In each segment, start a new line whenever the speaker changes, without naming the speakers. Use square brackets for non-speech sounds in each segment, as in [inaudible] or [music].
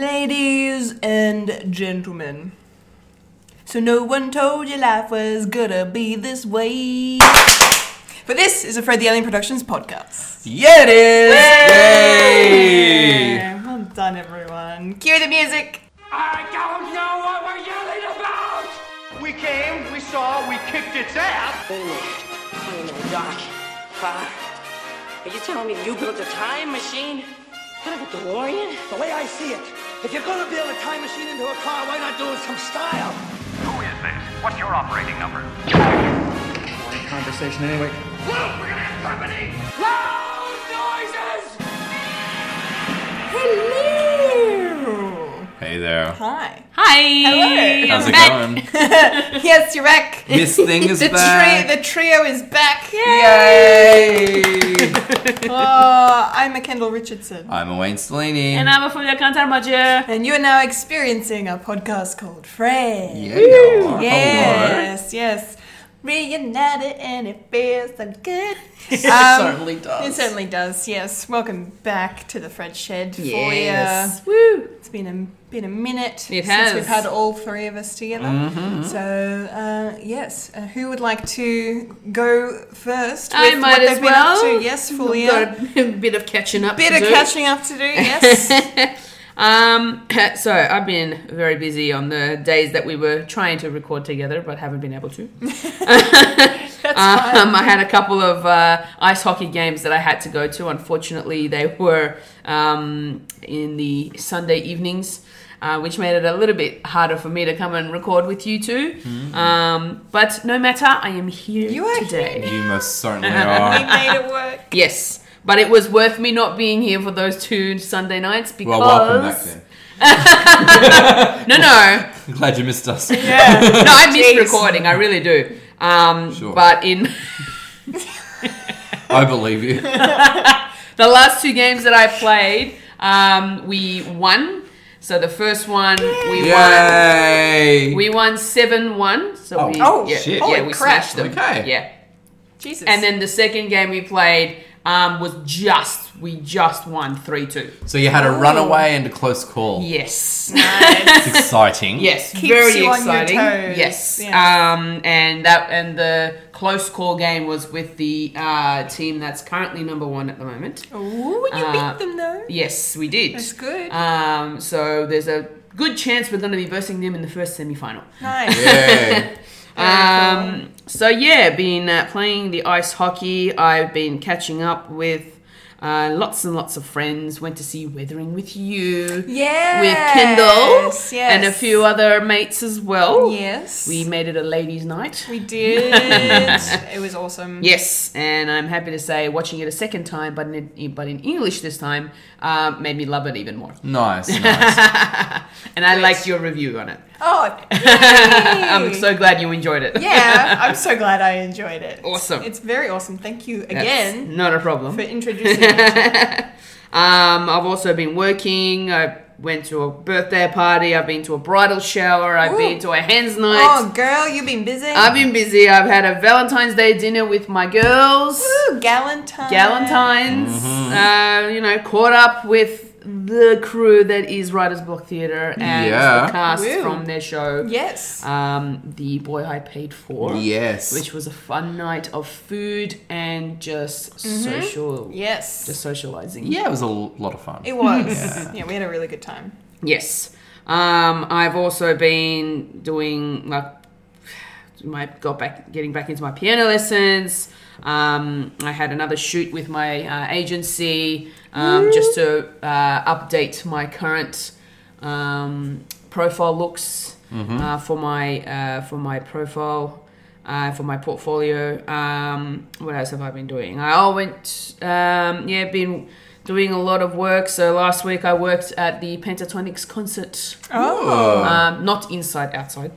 Ladies and gentlemen. So no one told you life was gonna be this way. But this is a Fred the Alien Productions podcast.
Yeah, it is. Yay!
Yeah, Well done, everyone. Cue the music.
I don't know what we're yelling about!
We came, we saw, we kicked its ass.
Wait a minute. Wait a minute, Doc. Bob, are you telling me you built a time machine out of a DeLorean?
The way I see it, if you're gonna build a time machine into a car, why not do it some style?
Who is this? What's your operating number?
Conversation anyway.
Look, we're gonna have company! Loud noises!
Hello.
Hey there.
Hi.
Hi.
Hello.
How's it
back.
going?
[laughs]
[laughs]
Yes, you're back.
Miss Thing
[laughs]
is
the
back.
Tri- the trio is back.
Yay!
Uh, I'm a Kendall Richardson.
I'm a Wayne Stellini.
And I'm a Fulia Kantarmaje.
And you are now experiencing a podcast called Fred.
yeah, you are.
Yes, yes. Reunited and it feels so good. it
certainly does.
It certainly does, yes. Welcome back to the Fred Shed
Yes.
for you. Woo! It's been a been a minute since
has.
we've had all three of us together. So uh, yes, uh, who would like to go first?
I
with
might
what
as
they've
well.
Been up to? Yes,
We've
Fulia.
Got a [laughs] bit of catching up.
Bit
to
of
do.
catching up to do. Yes.
Um, [laughs] so I've been very busy on the days that we were trying to record together, but haven't been able [laughs] to. um, I had a couple of uh, ice hockey games that I had to go to. Unfortunately, they were um, in the Sunday evenings. Uh, which made it a little bit harder for me to come and record with you two. Um, but no matter, I am here
You are
today.
You most
[laughs]
certainly are.
made it work.
Yes, but it was worth me not being here for those two Sunday nights because
Well, welcome back then.
no, [laughs] no,
I'm glad you missed us.
Yeah.
no, I miss recording. I really do. Um,
Sure.
But in
[laughs]
[laughs]
I believe you.
the last two games that I played, um, we won. So the first one we won.
Yay!
We won seven one. So
Oh,
we
oh,
yeah,
shit.
yeah,
Holy
we
crap.
smashed them.
Okay.
Yeah.
Jesus.
And then the second game we played um, was just we just won three two.
so you had a runaway and a close call.
Yes. [laughs]
It's exciting.
Yes,
Keeps
very
you on your
exciting.
toes.
Yes,
Yes.
Um, and that and the close call game was with the uh, team that's currently number one at the moment.
Ooh, you
Uh,
beat them though.
Yes, we did.
That's good.
Um, so there's a good chance we're going to be versing them in the first semi-final.
Nice.
[laughs]
Yay.
Very
Um, so yeah, been uh, playing the ice hockey. I've been catching up with uh, lots and lots of friends. Went to see Weathering with you.
Yes,
With Kendall and a
yes.
few other mates as well.
Yes.
We made it a ladies' night.
We did.
[laughs]
it was awesome.
Yes, and I'm happy to say, watching it a second time, but in but in English this time, uh, made me love it even more. [laughs]
nice, nice.
And I liked your review on it. [laughs]
Oh,
I'm so glad you enjoyed it. [laughs]
yeah. I'm so glad I enjoyed it.
Awesome.
It's very awesome. Thank you
That's
again
not a problem. [laughs]
for introducing me. to-
Um, I've also been working. I went to a birthday party. I've been to a bridal shower. I've
Ooh.
been to a hands night.
Oh, girl, you've been busy.
I've been busy. I've had a Valentine's Day dinner with my girls.
Ooh, Galentine.
Galentine's,
Mm-hmm.
uh, you know, caught up with the crew that is Writers Block Theatre and
Yeah.
the cast
Woo.
from their show.
Yes.
Um, the boy I paid for.
yes.
Which was a fun night of food and just social,
Mm-hmm. yes.
just socializing.
yeah, it was a l- lot of fun.
it was.
[laughs]
yeah, we had a really good time.
Yes. Um, I've also been doing like my got back getting back into my piano lessons. Um, I had another shoot with my uh, agency um, just to uh, update my current um, profile looks uh, for my uh, for my profile. Uh, for my portfolio, um, what else have I been doing? I all went, um, yeah, been doing a lot of work. So last week I worked at the Pentatonics concert,
Oh.
um, not inside, outside.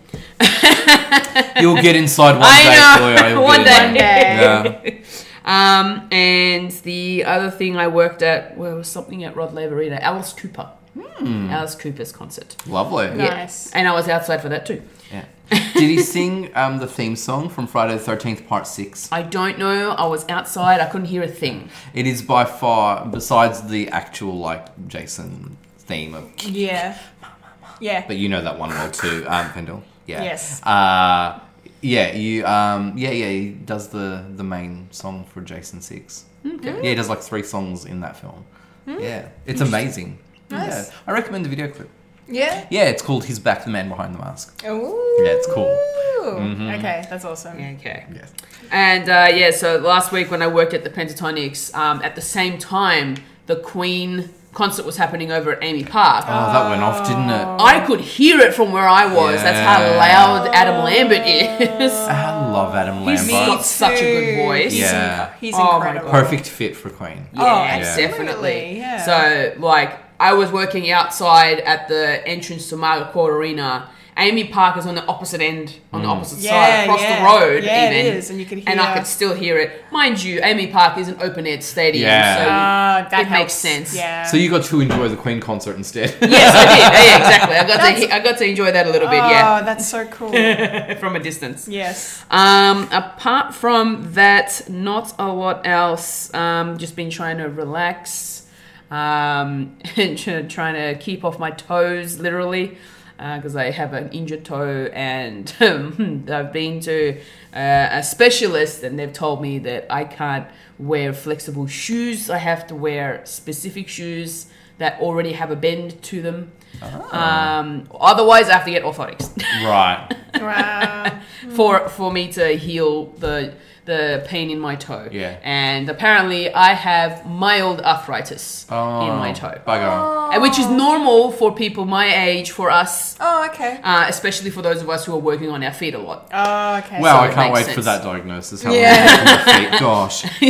You'll get inside one
I
day,
know.
Gloria, you'll
[laughs] One
get in
day.
there. Yeah.
Um, and the other thing I worked at well, was something at Rod Laverita, Alice Cooper. Alice Cooper's concert.
Lovely.
Nice.
And I was outside for that too.
Yeah. Did he [laughs] sing um, the theme song from Friday the 13th, Part 6?
I don't know. I was outside. I couldn't hear a thing.
It is by far, besides the actual, like, Jason theme of,
Yeah. Yeah.
but you know that one well too, um, Pendle. Yeah.
Yes.
Uh, yeah, you. Um, yeah, yeah. He does the the main song for Jason 6 Yeah, he does like three songs in that film. Yeah, it's amazing.
Hmm. Nice.
Yeah, I recommend the video clip.
Yeah.
Yeah, it's called "He's Back: The Man Behind the Mask."
Ooh.
Yeah, it's cool.
Mm-hmm.
Okay, that's awesome.
Okay.
Yes.
And uh, yeah, so last week when I worked at the Pentatonics, um, at the same time, the Queen concert was happening over at Amy Park.
Oh, that went off, didn't it?
Oh.
I could hear it from where I was. That's how
Yeah.
loud Adam
[laughs]
Lambert is.
I love Adam
He's got
Lambert.
such a good
Dude,
voice.
He's,
Yeah.
inc- he's
Oh my
incredible.
God.
Perfect fit for Queen.
Oh,
Yeah,
absolutely,
definitely.
yeah.
So, like, I was working outside at the entrance to Margaret Court Arena. Amy Park is on the opposite end, on the opposite
Yeah,
side, across
yeah.
the road,
Yeah, it
even.
is, and you could
And I
hear-
could still hear it. Mind you, Amy Park is an open air stadium,
Yeah.
so
Uh, that
it
helps.
makes sense.
Yeah.
So you got to enjoy the Queen concert
[laughs]
instead.
Yes, I did. Yeah, yeah, exactly. I got,
That's- uh,
to, he- I got to enjoy that a little bit,
oh,
yeah,
that's so
[laughs]
cool.
from a distance.
yes.
Um, apart from that, not a lot else. Um, just been trying to relax um, [laughs] and tr- trying to keep off my toes, literally, because I have an injured toe and [laughs] um, I've been to uh, a specialist and they've told me that I can't wear flexible shoes. I have to wear specific shoes that already have a bend to them. Um, otherwise, I have to get orthotics. [laughs]
right.
Wow.
for for me to heal the the pain in my toe.
Yeah.
And apparently I have mild arthritis
Oh,
in my toe.
Bugger.
Uh, Which is normal for people my age, for us,
Oh, okay.
uh, especially for those of us who are working on our feet a lot.
Oh, okay.
Wow,
so
I
it
can't wait
makes
for
sense.
that diagnosis. How
Yeah.
yeah. feet.
[laughs]
Gosh.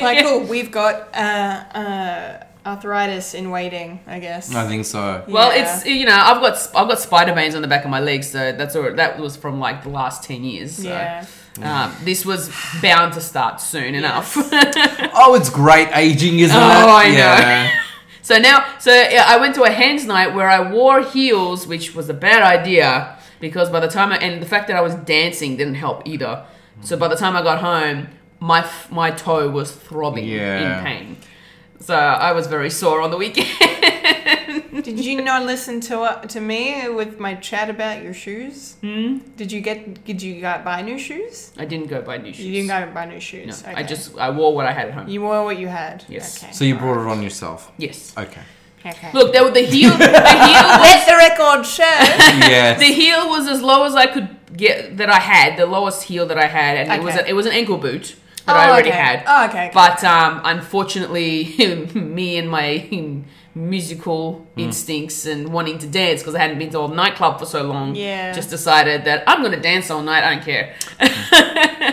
like, cool. We've got uh, uh, arthritis in waiting, I guess.
I think so.
Well,
Yeah.
it's you know I've got sp- I've got spider veins on the back of my legs, so that's all, that was from like the last ten years. So.
Yeah.
Um, this was bound to start soon enough. [laughs]
Oh, it's great aging, isn't it?
Oh, I know.
yeah.
So now, so yeah, I went to a hands night where I wore heels, which was a bad idea because by the time I, and the fact that I was dancing didn't help either. So by the time I got home, my f- my toe was throbbing
Yeah.
in pain. So I was very sore on the weekend. [laughs]
Did you not listen to uh, to me with my chat about your shoes?
Hmm?
Mm. Did you get? Did you got buy new shoes?
I didn't go buy new shoes.
You didn't go buy new
No,
shoes.
I just I wore what I had at home.
You wore what you had.
Yes.
Okay.
So you brought it on yourself.
yes.
Okay.
okay.
Look, there were the heel. The heel
[laughs]
was,
Let the record
[laughs]
show.
Yeah.
the heel was as low as I could get that I had. The lowest heel that I had, and it was
Okay.
a, it was an ankle boot that I already
okay.
had.
Oh, okay. okay.
But um, unfortunately, [laughs] me and my [laughs] musical instincts and wanting to dance because I hadn't been to a nightclub for so long,
Yeah.
just decided that I'm going to dance all night. I don't care.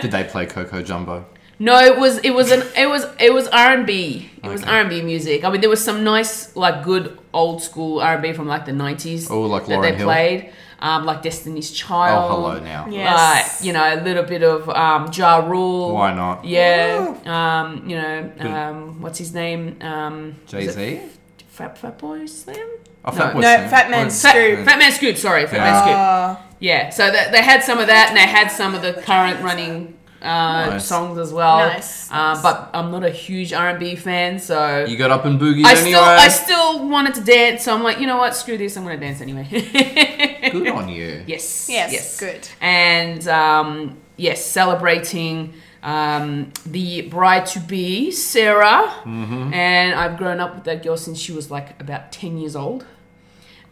[laughs]
Did they play Coco Jumbo?
No, it was it was an it was it was R and B. It was
Okay.
R and B music. I mean, there was some nice like good old school R and B from like the nineties.
Oh, like
that
Lauryn
they
Hill?
played, um, like Destiny's
Oh,
Child.
hello now.
Yeah. Yes.
Like you know, a little bit of um, Ja Rule.
Why not? Ah.
Yeah. Um, you know, um, what's his name? Um,
Jay Z.
Fat Fat Boy Slim.
Oh,
No.
Fat Boy
No,
Slim.
Fat Man
Oh,
Scoop.
Fat Man Scoop. Sorry, Fat Man Scoop.
Uh,
Yeah. So they, they had some of that, and they had some of the current running. Uh,
Nice.
songs as well,
Nice,
Um,
nice.
but I'm not a huge R&B fan, so
You got up and boogied
I
anyway.
still I still wanted to dance. So I'm like, you know what? Screw this. I'm gonna dance anyway. [laughs]
Good on you.
Yes.
Yes, good.
And um, yes, celebrating um, the bride to be, Sarah.
Mm-hmm.
And I've grown up with that girl since she was like about 10 years old.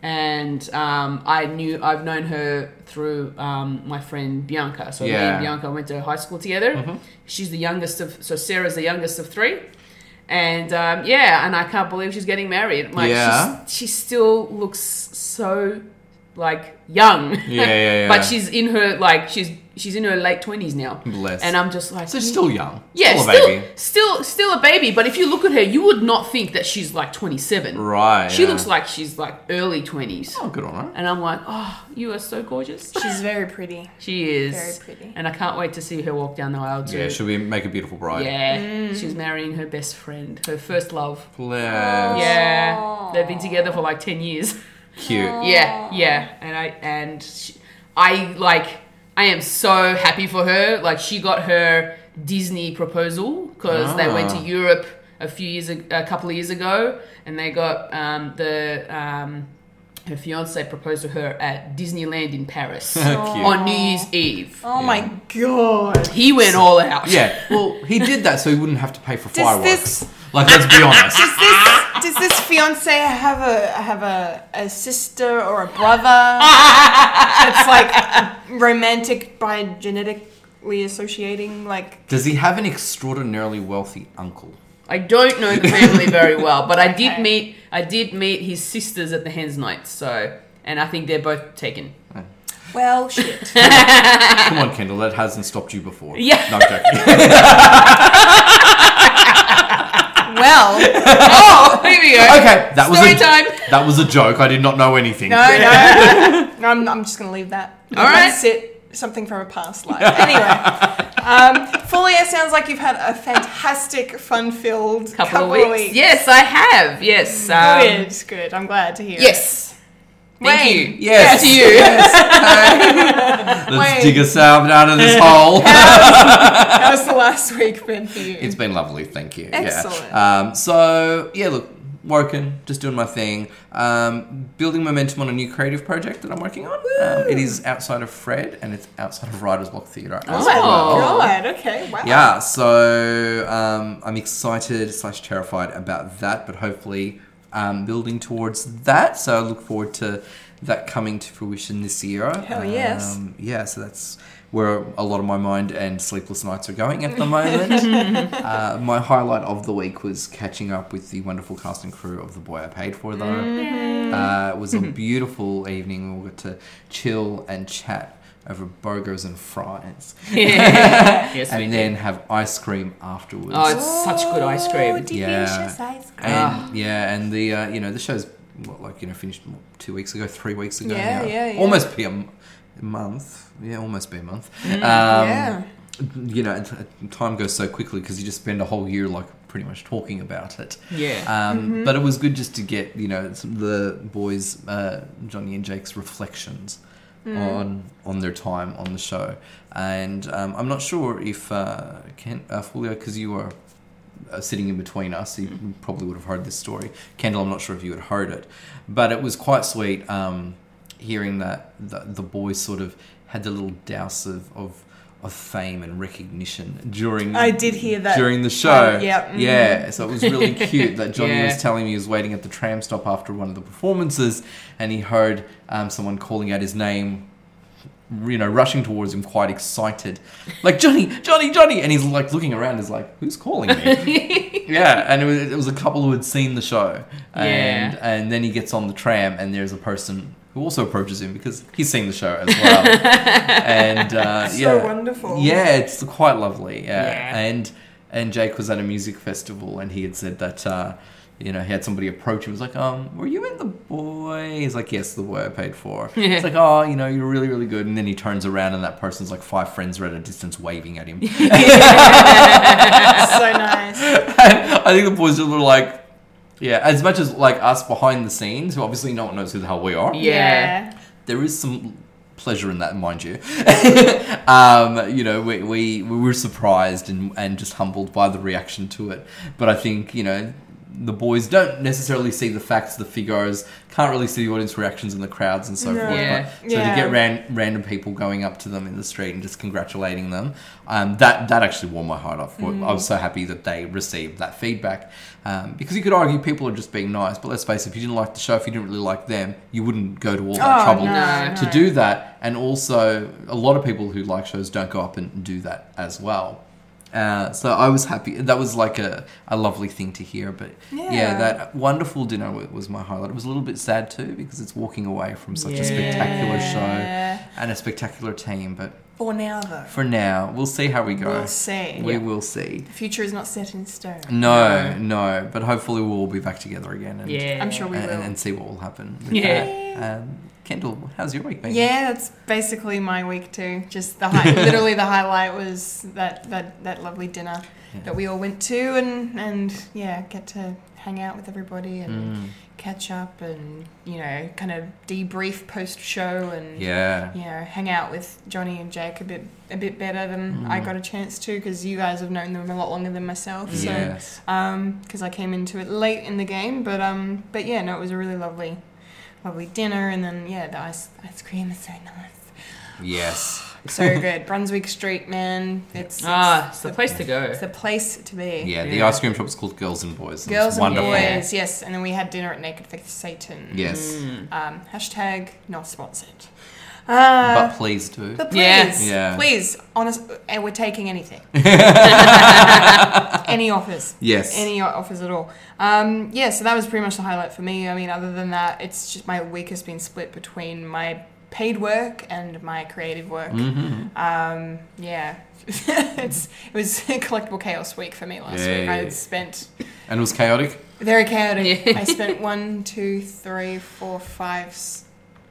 And um, I knew I've known her through um, my friend Bianca. So me
Yeah. Mm-hmm.
and Bianca went to high school together. She's the youngest of so Sarah's the youngest of three, and um, yeah, and I can't believe she's getting married. Like
Yeah.
she's, she still looks so like young.
Yeah,
[laughs]
yeah, yeah.
but she's in her like she's she's in her late twenties now.
Bless.
And I'm just like,
So she's still young.
yeah,
still a
still,
baby.
still, still a baby. But if you look at her, you would not think that she's like 27.
Right.
She
yeah.
looks like she's like early 20s.
Oh, good on her.
And I'm like, oh, you are so
[laughs]
gorgeous.
she's very pretty.
She is
Very pretty.
and I can't wait to see her walk down the aisle too.
Yeah, should we make a beautiful bride?
Yeah,
Mm.
she's marrying her best friend, her first love.
Bless.
Yeah, they've been together for like ten years. [laughs]
Cute.
Yeah, yeah, and I and she, I like I am so happy for her. Like she got her Disney proposal because they went to
Ah.
Europe a a few years, ag- a couple of years ago, and they got um, the um, her fiance proposed to her at Disneyland in [laughs] Paris on New Year's Eve.
Oh
Yeah.
my god.
He went all out.
Yeah, well, he did that so he wouldn't have to pay for
Does
fireworks.
this-
Like, let's be honest.
[laughs]
Does this does this fiance have a have a, a sister or a [laughs] brother? It's like romantic by genetically associating like
Does he have an extraordinarily wealthy uncle?
I don't know the family very well, but I did
Okay.
meet I did meet his sisters at the hens night. So, and I think they're both taken.
well shit.
Come on, Kendall, that hasn't stopped you before.
Yeah.
No, I'm joking.
[laughs]
[laughs]
well,
oh, here we go.
Okay, that was
Story
a,
time.
That was a joke. I did not know
[laughs]
anything.
no, no. I'm, I'm just going to leave that.
All right.
That's it. Something from a past [laughs] life. Anyway, um, Fulia sounds like you've had a fantastic, fun-filled couple,
couple, of weeks. Yes, I have. Yes. Um,
Good, good. I'm glad to hear.
Yes. Thank
Wayne.
you.
Yes.
To you.
Let's
[laughs]
Wait.
dig ourselves out of this hole. [laughs]
How's the last week been for you?
It's been lovely, thank you.
Excellent.
Yeah. Um, so yeah, look, working, just doing my thing, um, building momentum on a new creative project that I'm working on. Um, it is outside of Fred, and it's outside of Writers Block Theatre. as
Oh.
well.
God. Okay. Wow.
Yeah, so um, I'm excited slash terrified about that, but hopefully um, building towards that. So I look forward to that coming to fruition this year.
Hell yes.
Um, yeah, so that's where a lot of my mind and sleepless nights are going at the moment.
[laughs]
uh, my highlight of the week was catching up with the wonderful cast and crew of The Boy I Paid For, though.
Mm.
Uh, it was
[laughs]
a beautiful evening. We all got to chill and chat over burgers and fries
yes, we
and
did.
then have ice cream afterwards.
Oh, it's such good ice cream.
delicious [laughs]
ice cream.
and
ah.
yeah, and the uh, you know the show's what, like you know finished what, two weeks ago, three weeks ago.
Yeah,
now.
yeah, yeah.
Almost be a m- month. Yeah, almost be a month. Um,
Mm, yeah.
You know, t- time goes so quickly because you just spend a whole year like pretty much talking about it.
Yeah.
Um,
Mm-hmm.
But it was good just to get you know some, the boys, uh, Johnny and Jake's reflections
Mm.
on on their time on the show, and um, I'm not sure if uh, Ken uh, Fulia because you were uh, sitting in between us, you probably would have heard this story. Kendall, I'm not sure if you had heard it, but it was quite sweet um, hearing that the, the boys sort of had the little douse of. of of fame and recognition during
I did hear that.
during the show
Um, yep. Mhm.
[laughs]
yeah so it was really cute that Johnny
Yeah.
was telling me he was waiting at the tram stop after one of the performances, and he heard um, someone calling out his name, you know, rushing towards him, quite excited, like Johnny, Johnny, Johnny, and he's like looking around, is like, who's calling me?
[laughs]
yeah, and it was, it was a couple who had seen the show, and and then he gets on the tram, and there's a person. Who also approaches him because he's seen the show as
[laughs]
well, and uh,
[laughs] So
yeah,
wonderful.
yeah, it's quite lovely. Yeah.
Yeah.
And and Jake was at a music festival and he had said that uh, you know, he had somebody approach him. He was like, um, were you in the boy? He's like, yes, the boy I paid for. It's like, oh, you know, you're really, really good. And then he turns around and that person's like five friends are at a distance waving at him. [laughs]
That's so nice.
I think the boys are a little like, yeah, as much as like us behind the scenes, who obviously no one knows who the hell we are.
yeah.
there is some pleasure in that, mind you. [laughs] um, you know, we, we, we were surprised and, and just humbled by the reaction to it. But I think, you know, the boys don't necessarily see the facts, the figures, can't really see the audience reactions and the crowds and so forth.
Yeah.
But, so to
Yeah.
get ran, random people going up to them in the street and just congratulating them, um, that, that actually warmed my heart up.
Hmm.
I was so happy that they received that feedback. Um, because you could argue people are just being nice, but let's face it, if you didn't like the show, if you didn't really like them, you wouldn't go to all that
Oh,
trouble
no,
to do that. And also, a lot of people who like shows don't go up and do that as well. Uh, so I was happy. That was like a, a lovely thing to hear. But yeah.
Yeah.
that wonderful dinner wa- was my highlight. It was a little bit sad too because it's walking away from such a spectacular
Yeah.
show and a spectacular team. But
For now, though,
for now, we'll see how we go.
We'll see.
We
Yeah.
will see.
the future is not set in stone.
No, no. But hopefully, we'll all be back together again. And,
Yeah.
I'm sure we
and,
will.
and see what will happen. With
Yeah.
That. Um, Kendall, how's your week been?
Yeah, that's basically my week too. Just the
[laughs]
high, literally the highlight was that that, that lovely dinner that we all went to and and yeah, get to hang out with everybody and
Mm.
catch up and you know kind of debrief post show and
Yeah.
you know hang out with Johnny and Jake a bit a bit better than I
Mm.
got a chance to because you guys have known them a lot longer than myself. So
Yes.
because I came into it late in the game. But um, but yeah, no, it was a really lovely, lovely dinner, and then yeah, the ice ice cream is so nice,
Yes.
[laughs]
so good. Brunswick Street, man, it's it's,
Ah, it's the place to go.
it's the place to be.
Yeah, the
Yeah.
ice cream shop's called Girls and Boys. and
Girls
it's
and
wonderful.
boys, yes, and then we had dinner at Naked Faith Satan.
Yes.
Um, hashtag not sponsored. Uh,
But please do.
But please,
Yes.
Yeah.
please, honest, and we're taking
[laughs]
anything. any offers.
Yes.
Any o- offers at all. Um, yeah, so that was pretty much the highlight for me. I mean, other than that, it's just my week has been split between my paid work and my creative work.
Mm-hmm.
Um, yeah. [laughs] it's it was collectible chaos week for me last week. I
Yay.
had spent
And it was chaotic.
very chaotic. I spent one, two, three, four, five, s-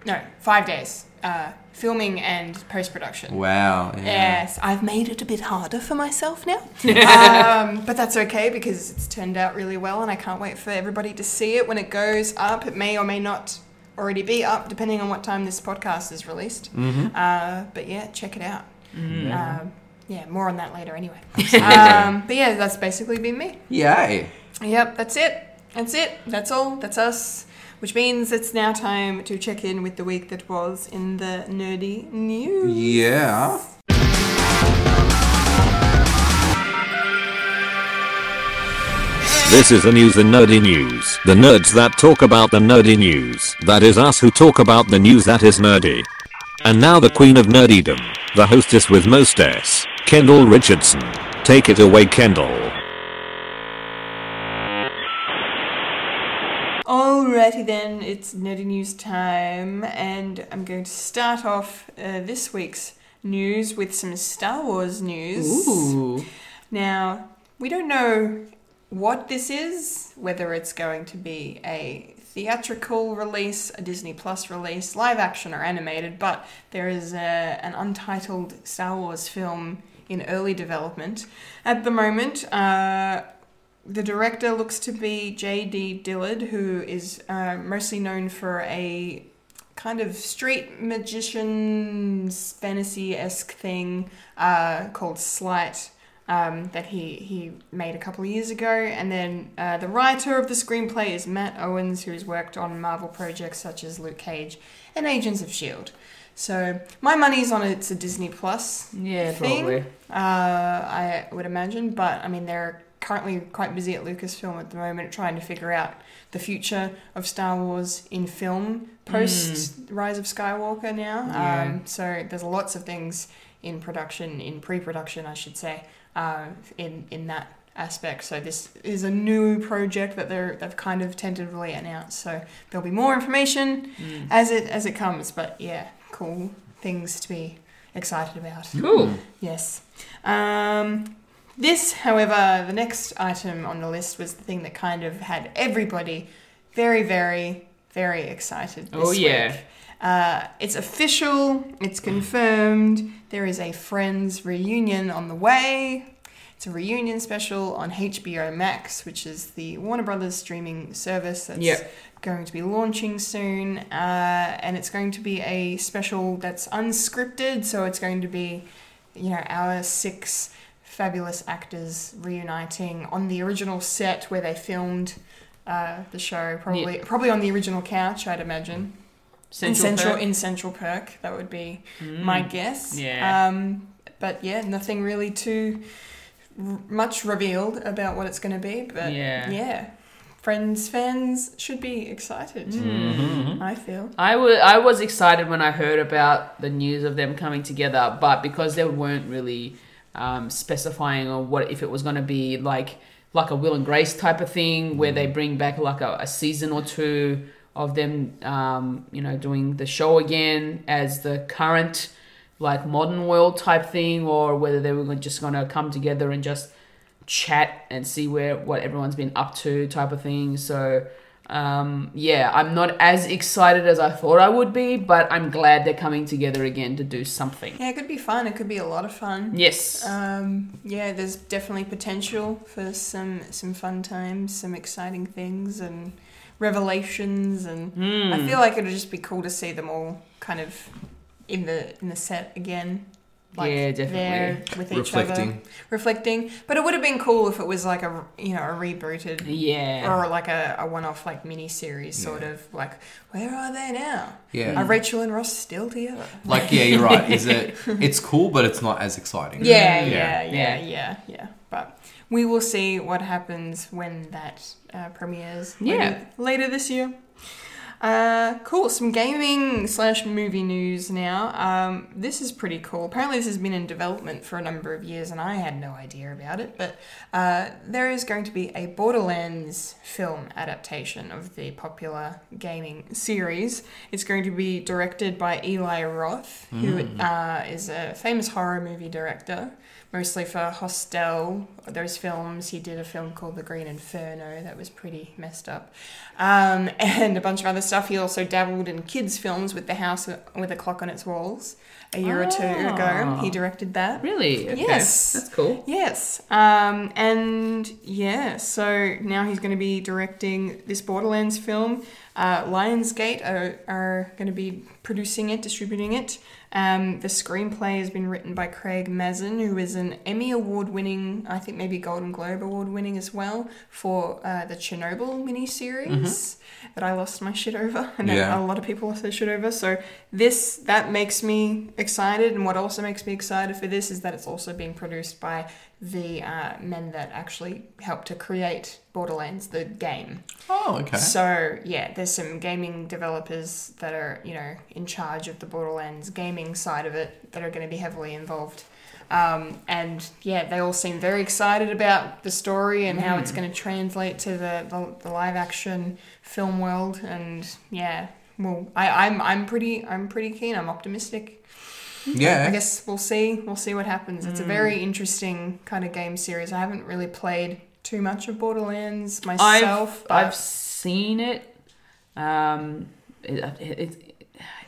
no, five days uh, filming and post production.
Wow. Yeah.
Yes, I've made it a bit harder for myself now. um, but that's okay because it's turned out really well and I can't wait for everybody to see it when it goes up. It may or may not already be up depending on what time this podcast is released. Uh, but yeah, check it out. Um, yeah, more on that later anyway. um, but yeah, that's basically been me.
Yay.
Yep, that's it. That's it. That's all. That's us. Which means it's now time to check in with the week that was in the nerdy news.
Yeah.
This is the news, the nerdy news. The nerds that talk about the nerdy news. That is us who talk about the news that is nerdy. And now the queen of nerdydom, the hostess with most S, Kendall Richardson. Take it away, Kendall.
Alrighty then, it's nerdy news time, and I'm going to start off uh, this week's news with some Star Wars news.
Ooh.
Now, we don't know what this is, whether it's going to be a theatrical release, a Disney Plus release, live action or animated, but there is a, an untitled Star Wars film in early development. At the moment, uh, the director looks to be J.D. Dillard, who is uh, mostly known for a kind of street magician's fantasy esque thing uh, called Slight um, that he, he made a couple of years ago. And then uh, the writer of the screenplay is Matt Owens, who's worked on Marvel projects such as Luke Cage and Agents of S.H.I.E.L.D. E So my money's on it's a Disney Plus
Yeah,
thing,
probably.
Uh, I would imagine, but I mean they're currently quite busy at Lucasfilm at the moment trying to figure out the future of Star Wars in film post Rise of Skywalker now. Um, so there's lots of things in production, in pre-production, I should say, uh, in in that aspect. So this is a new project that they're they've kind of tentatively announced. So there'll be more information as it as it comes. But yeah, cool things to be excited about.
Cool.
Yes. Um, this, however, the next item on the list was the thing that kind of had everybody very, very, very excited. This
Oh, yeah.
Week. Uh, it's official. It's confirmed. There is a Friends reunion on the way. It's a reunion special on HBO Max, which is the Warner Brothers streaming service that's
Yep.
going to be launching soon. Uh, and it's going to be a special that's unscripted, so it's going to be, you know, our six fabulous actors reuniting on the original set where they filmed uh, the show, probably probably on the original couch, I'd imagine in central
Perk.
in central perk that would be my guess
Yeah.
um but yeah nothing really too r- much revealed about what it's going to be but
Yeah.
yeah, friends fans should be excited i feel
I wa- I was excited when I heard about the news of them coming together, but because they weren't really um, specifying on what if it was going to be like like a Will and Grace type of thing, where they bring back like a, a season or two of them, um, you know, doing the show again as the current like modern world type thing, or whether they were just going to come together and just chat and see where what everyone's been up to type of thing. So Um, yeah, I'm not as excited as I thought I would be, but I'm glad they're coming together again to do something.
Yeah, it could be fun. It could be a lot of fun.
Yes.
Um, yeah, there's definitely potential for some some fun times, some exciting things, and revelations. And
Hmm.
I feel like it'd just be cool to see them all kind of in the in the set again.
Yeah, definitely.
there with each other,
Reflecting.
reflecting. But it would have been cool if it was like a you know a rebooted
yeah.
or like a, a one-off like mini series sort of like where are they now
Yeah.
are rachel and ross still together
Like, yeah, you're right.
[laughs]
Is it? It's cool, but it's not as exciting.
yeah yeah yeah
Yeah.
yeah yeah, but we will see what happens when that uh, premieres later, later this year uh, cool. Some gaming slash movie news now. Um, this is pretty cool. Apparently, this has been in development for a number of years, and I had no idea about it. But uh, there is going to be a Borderlands film adaptation of the popular gaming series. It's going to be directed by Eli Roth, who uh, is a famous horror movie director. Mostly for Hostel, those films. He did a film called The Green Inferno that was pretty messed up um, [laughs] and a bunch of other stuff. He also dabbled in kids' films with The House with a Clock on Its Walls a year or two ago. He directed that.
Ah. Really? Okay.
Yes.
That's cool.
Yes. Um, and yeah, so now he's going to be directing this Borderlands film. Uh, Lionsgate are, are going to be producing it, distributing it. Um, the screenplay has been written by Craig Mazin, who is an Emmy Award winning, I think maybe Golden Globe Award winning as well, for uh, the Chernobyl miniseries that I lost my shit over. [laughs] And that
Yeah.
a lot of people lost their shit over. So this that makes me excited, and what also makes me excited for this is that it's also being produced by the uh, men that actually helped to create Borderlands, the game.
Oh, okay.
So yeah, there's some gaming developers that are you know in charge of the Borderlands gaming side of it that are going to be heavily involved. Um, and yeah, they all seem very excited about the story and how it's
Mm.
going to translate to the, the, the live action film world. And yeah, well, I, I'm I'm pretty I'm pretty keen. I'm optimistic.
yeah.
I guess we'll see we'll see what happens. It's a
Mm.
very interesting kind of game series. I haven't really played too much of Borderlands myself.
I've,
but-
I've seen it. Um, it, it, it,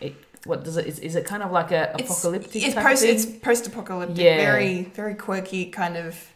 it what does it is, is it kind of like a apocalyptic
It's, it's
type
post.
thing?
It's post-apocalyptic.
Yeah.
Very, very quirky, kind of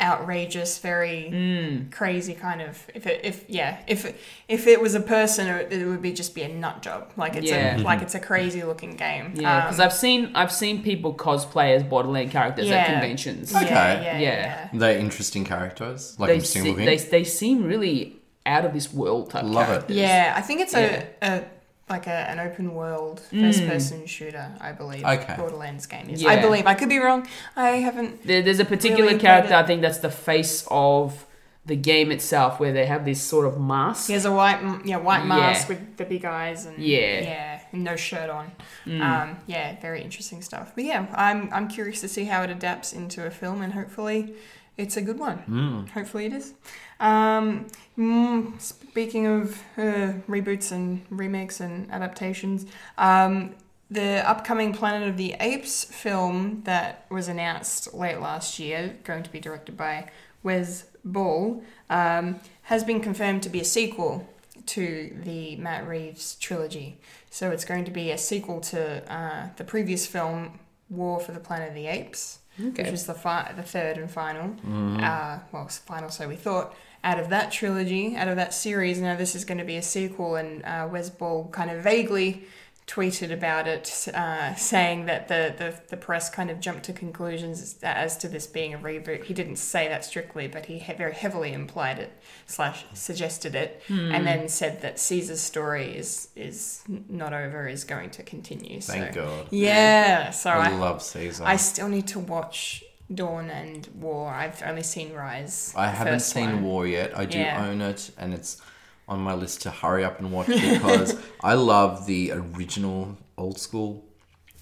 outrageous, very
Mm.
crazy kind of. If it, if yeah, if if it was a person, it it would be just be a nut job. Like it's
Yeah.
a,
Mm-hmm.
like it's a crazy looking game.
yeah,
Um,
because I've seen I've seen people cosplay as Borderland characters at
Yeah.
conventions.
yeah,
Okay.
yeah, yeah,
Yeah.
They're interesting characters. Like
They,
I'm seem
se-
looking.
they they seem really out of this world type.
Love it.
characters.
Yeah, I think it's a. a like a, an open world first person shooter, I believe.
Okay.
Borderlands game is.
Mm. Yeah.
I believe. I could be wrong. I haven't.
There, there's a particular
Really
character
enjoyed
I think that's the face of the game itself, where they have this sort of mask.
He has a white, m- yeah, white
Yeah.
mask with the big eyes and
Yeah. Mm.
yeah, no shirt on. Um, yeah, very interesting stuff. But yeah, I'm I'm curious to see how it adapts into a film, and hopefully, it's a good one.
Mm.
Hopefully, it is. Um, mm, speaking of uh, reboots and remakes and adaptations, um, the upcoming Planet of the Apes film that was announced late last year, going to be directed by Wes Ball, um, has been confirmed to be a sequel to the Matt Reeves trilogy. So it's going to be a sequel to uh, the previous film, War for the Planet of the Apes, which is the fi- the third and final, uh, well, it's final so we thought, out of that trilogy, out of that series. Now this is going to be a sequel, and uh, Wes Ball kind of vaguely tweeted about it, uh, saying that the, the the press kind of jumped to conclusions as to this being a reboot. He didn't say that strictly, but he he- very heavily implied it slash suggested it, and then said that Caesar's story is is not over, is going to continue. So.
Thank God.
Yeah, so
I
I,
love Caesar.
I
I,
still need to watch Dawn and War. I've only seen Rise. the
haven't
first
seen
one.
War yet. I do
Yeah.
own it, and it's on my list to hurry up and
[laughs]
watch because I love the original old school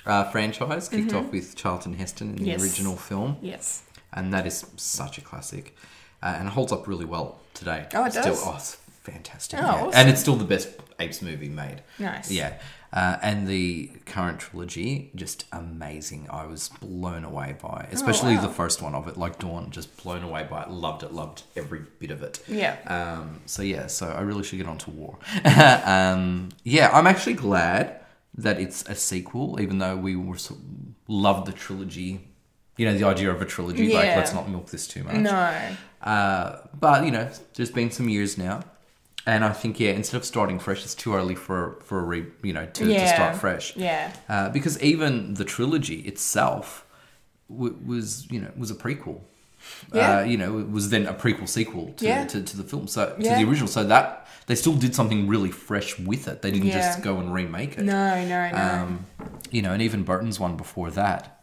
uh, franchise, kicked off with Charlton Heston in the
Mm-hmm. Yes.
original film.
Yes.
and that is such a classic, uh, and it holds up really well today.
Oh, it does?
Still, oh, it's fantastic.
Oh,
yeah.
awesome.
And it's still the best Apes movie made.
Nice.
Yeah. Uh, and the current trilogy, just amazing. I was blown away by, especially
Oh, wow.
the first one of it, like Dawn, just blown away by it. Loved it, loved every bit of it.
Yeah.
Um, so yeah, so I really should get on to war. [laughs] um, yeah, I'm actually glad that it's a sequel, even though we were so, loved the trilogy. You know, the idea of a trilogy. Like,
Yeah.
let's not milk this too much.
No.
Uh, but you know, there's been some years now, and I think yeah, instead of starting fresh, it's too early for for a re, you know to, to
Yeah.
start fresh.
Yeah.
Uh, because even the trilogy itself w- was you know was a prequel. Uh,
Yeah.
you know, it was then a prequel sequel to,
Yeah.
to, to the film, so to
Yeah.
the original. So that they still did something really fresh with it. They didn't just
Yeah.
go and remake it.
No, no, no.
Um, you know, and even Burton's one before that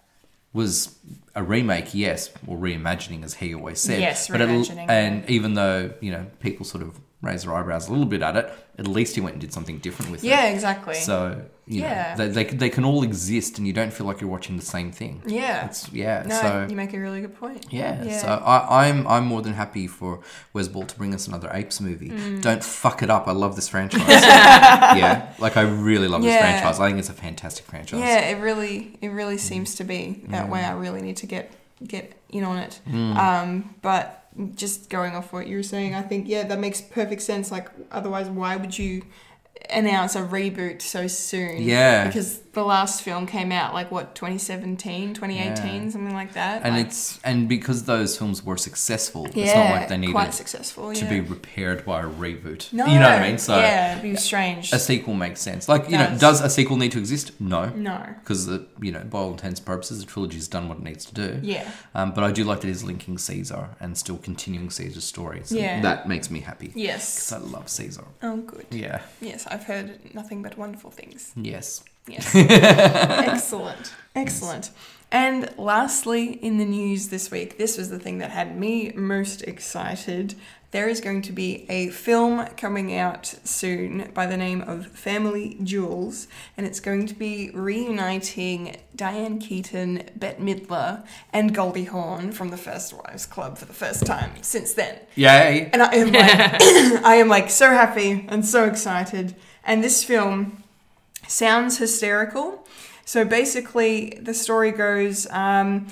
was a remake, yes, or reimagining, as he always said.
Yes,
it-
reimagining.
and even though you know people sort of raise their eyebrows a little bit at it, at least he went and did something different with
yeah,
it.
exactly.
So you
Yeah.
know, they, they they can all exist, and you don't feel like you're watching the same thing.
yeah.
It's, yeah.
no,
so
you make a really good point.
yeah, so I, I'm I'm more than happy for Wes Ball to bring us another Apes movie.
Mm.
Don't fuck it up. I love
[laughs]
this franchise. yeah, like I really love this
Yeah.
franchise. I think it's a fantastic franchise.
Yeah, it really it really seems to be that
Mm.
way. I really need to get get in on it. Um, but just going off what you were saying, I think yeah, that makes perfect sense. Like otherwise, why would you announce a reboot so soon?
Yeah.
because the last film came out like what 2017, 2018,
Yeah.
something like that.
and
Like,
it's and because those films were successful,
yeah,
it's not like they needed
quite successful
to
yeah.
be repaired by a reboot.
No,
You know what I mean? So
yeah, it'd be strange.
a sequel makes sense. Like you know,
Does.
does a sequel need to exist? No,
No.
because the you know, by all intents and purposes, the trilogy's done what it needs to do.
Yeah.
um, but I do like that he's linking Caesar and still continuing Caesar's story. So
Yeah.
that makes me happy.
yes.
'Cause I love Caesar.
Oh, good.
Yeah.
Yes, I've heard nothing but wonderful things.
Yes.
Yes. Excellent. Excellent. And lastly, in the news this week, this was the thing that had me most excited. There is going to be a film coming out soon by the name of Family Jewels, and it's going to be reuniting Diane Keaton, Bette Midler, and Goldie Hawn from the First Wives Club for the first time since then.
Yay.
And I am like, [clears throat] I am like so happy and so excited. And this film sounds hysterical. So basically, the story goes um,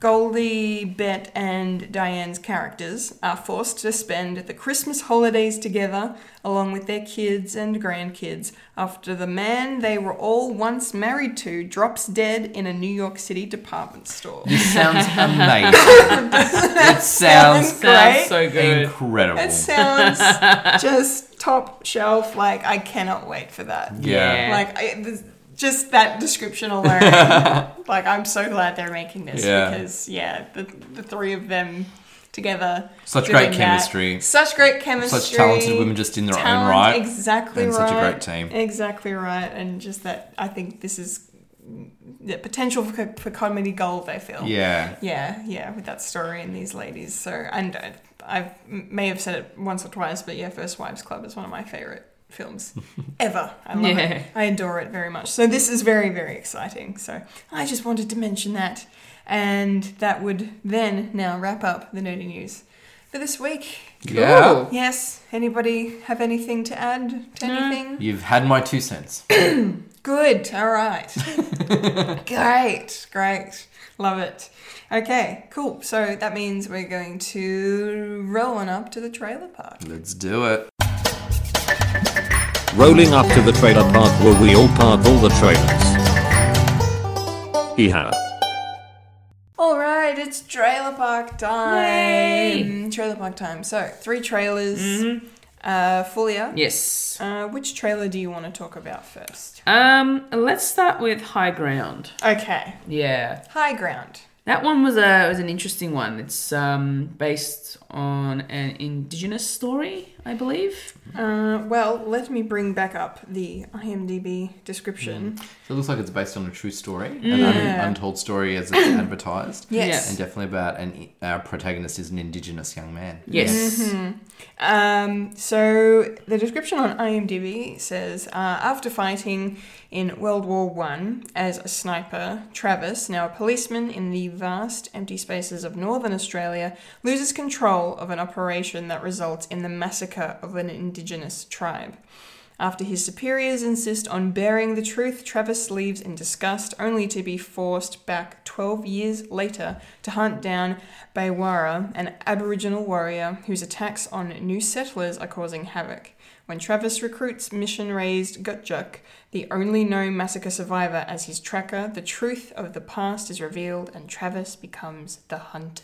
Goldie, Bet, and Diane's characters are forced to spend the Christmas holidays together along with their kids and grandkids after the man they were all once married to drops dead in a New York City department store.
This
[laughs]
sounds amazing. it sounds
Sounds so good.
incredible. [laughs]
It sounds just top shelf. Like I cannot wait for that.
yeah.
Like I, th- just that
[laughs]
description alone. like I'm so glad they're making this
Yeah.
because yeah, the the three of them together.
Such
doing
great
that.
chemistry.
Such great chemistry.
Such talented women just in their own
Talent,
right.
Exactly
and
right.
such a great team.
Exactly right. And just that I think this is the potential for, for comedy gold. I feel.
Yeah.
Yeah, yeah, with that story and these ladies. So, and I I've, may have said it once or twice, but yeah, First Wives Club is one of my favorite films ever. I love
Yeah.
it. I adore it very much. So this is very, very exciting. So I just wanted to mention that, and that would then now wrap up the nerdy news for this week.
Yeah.
Yes. Anybody have anything to add to anything?
You've had my two cents.
Good. All right. great. Great. Love it. Okay. Cool. So that means we're going to roll on up to the trailer park.
Let's do it.
Rolling up to the trailer park where we all park all the trailers. Hee ha.
All right. It's trailer park time. Trailer park time. So three trailers. Uh, Fulia.
Yes.
Uh, which trailer do you want to talk about first?
Um, let's start with High Ground.
Okay.
Yeah.
High ground.
That one was a was an interesting one. It's um, based on an indigenous story, I believe.
Uh, well, let me bring back up the IMDb description.
So it looks like it's based on a true story, an un- untold story as it's advertised.
Yes.
And definitely about an our protagonist is an indigenous young man.
Yes. Mm-hmm.
Um, so the description on IMDb says uh, after fighting in World War One as a sniper, Travis, now a policeman in the vast empty spaces of northern Australia, loses control of an operation that results in the massacre
massacre of an indigenous tribe. After his superiors insist on bearing the truth, Travis leaves in disgust, only to be forced back 12 years later to hunt down Baywara, an Aboriginal warrior whose attacks on new settlers are causing havoc. When Travis recruits mission raised Gutjuk, the only known massacre survivor, as his tracker, the truth of the past is revealed and Travis becomes the hunted.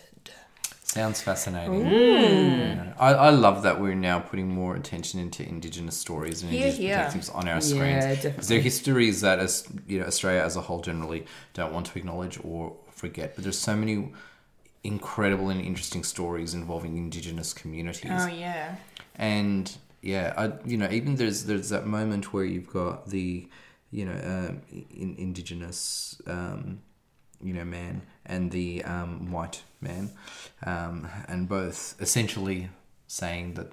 Sounds fascinating. Yeah. I, I love that we're now putting more attention into Indigenous stories and
Hear,
Indigenous
hear.
detectives on our screens.
definitely.
Their histories that as you know Australia as a whole generally don't want to acknowledge or forget. But there's so many incredible and interesting stories involving Indigenous communities
Oh, yeah.
and yeah, I you know even there's there's that moment where you've got the you know um, in, indigenous um, you know man and the um, white man, um, and both essentially saying that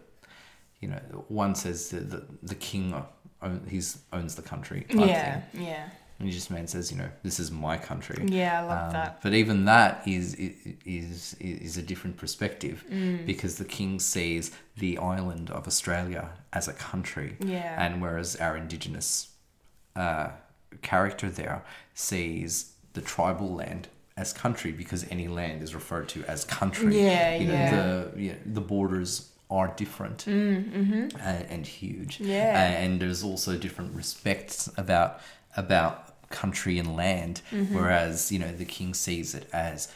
you know one says that the, the king own, he's owns the country type
Yeah,
thing.
yeah.
and indigenous man says you know this is my country Um,
Yeah, I love that.
but even that is is is a different perspective
Mm.
because the king sees the island of Australia as a country,
Yeah.
and whereas our indigenous uh, character there sees the tribal land as country because any land is referred to as country.
Yeah,
you know,
yeah.
The you know, the borders are different and, and huge.
Mm, mm-hmm.
Uh,
Yeah.
And there's also different respects about about country and land,
Mm-hmm.
whereas you know the king sees it as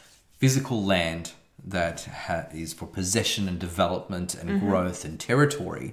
physical land that ha- is for possession and development and
Mm-hmm.
growth and territory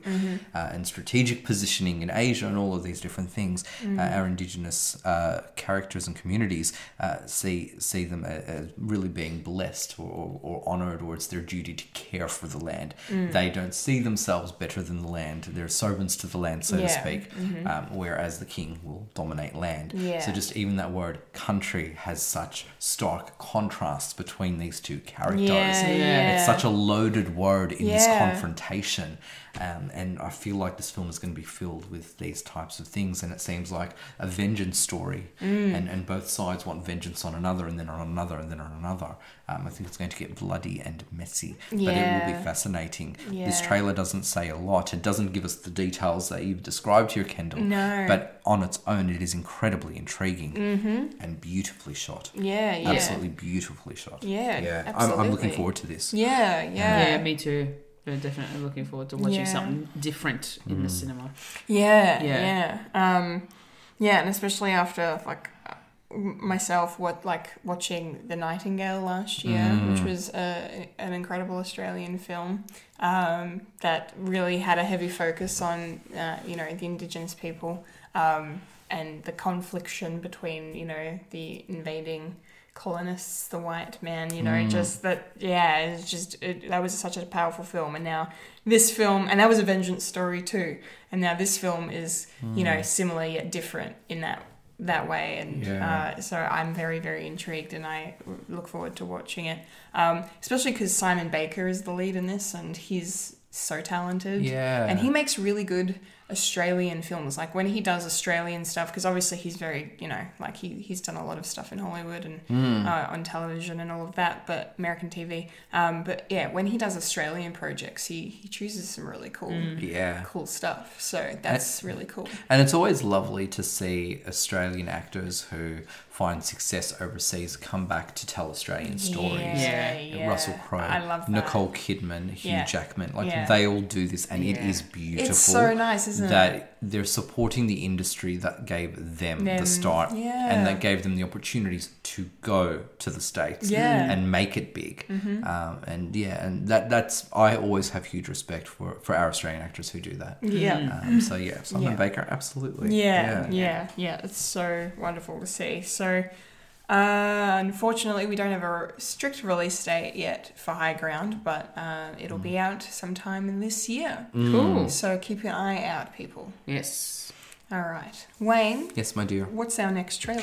uh, and strategic positioning in Asia and all of these different things. Uh,
Mm.
our indigenous uh, characters and communities uh, see see them a- as really being blessed or, or, or honored, or it's their duty to care for the land.
Mm.
They don't see themselves better than the land. They're servants to the land, so to
Yeah. Mm-hmm.
speak. Um, whereas the king will dominate land.
Yeah.
So just even that word "country" has such stark contrasts between these two characters.
Yeah, yeah.
It's such a loaded word in this
Yeah.
confrontation. Um, and I feel like this film is going to be filled with these types of things. And it seems like a vengeance story.
Mm.
And, and both sides want vengeance on another, and then on another, and then on another. Um, I think it's going to get bloody and messy. But it will
Yeah.
be fascinating. This
Yeah.
trailer doesn't say a lot. It doesn't give us the details that you've described here, Kendall.
No.
But on its own, it is incredibly intriguing and beautifully shot.
Yeah, Mm-hmm. yeah.
Absolutely beautifully shot.
Yeah,
yeah. I'm, I'm looking
absolutely.
forward to this.
Yeah, yeah.
Yeah, me too. We're definitely looking forward to watching
Yeah.
something different in the
Mm.
cinema.
Yeah,
Yeah.
yeah, Um, yeah, and especially after like m- myself, what like watching The Nightingale last year, which was a, an incredible Australian film um, that really had a heavy focus on uh, you know the Indigenous people um, and the confliction between you know the invading colonists, the white man, you know,
Mm.
just that, yeah, it's just, it, that was such a powerful film. And now this film, and that was a vengeance story too. And now this film is, you
Mm.
know, similar yet different in that, that way. And
Yeah.
uh, so I'm very, very intrigued and I look forward to watching it. Um, especially because Simon Baker is the lead in this and he's so talented.
Yeah.
And he makes really good Australian films. Like when he does Australian stuff, because obviously he's very, you know, like he, he's done a lot of stuff in Hollywood and
Hmm.
uh, on television and all of that, but American TV. Um, but yeah, when he does Australian projects, he, he chooses some really cool,
Yeah.
cool stuff. So that's really cool.
And it's always lovely to see Australian actors who find success overseas come back to tell Australian stories.
Yeah, yeah.
Russell Crowe,
I love that.
Nicole Kidman, Hugh
Yeah.
Jackman, like
Yeah.
they all do this, and it
Yeah.
is beautiful.
so nice, isn't it?
That they're supporting the industry that gave them, the
Them,
start,
yeah.
and that gave them the opportunities to go to the states
Yeah.
and make it big.
Mm-hmm.
Um, and yeah, and that that's I always have huge respect for for our Australian actors who do that.
Yeah.
Um, so yeah, Simon
Yeah.
Baker, absolutely.
Yeah, yeah, yeah, It's so wonderful to see. So, uh, unfortunately, we don't have a strict release date yet for High Ground, but uh, it'll be out sometime in this year.
Cool.
So keep your eye out, people.
Yes.
All right, Wayne.
Yes, my dear.
What's our next trailer?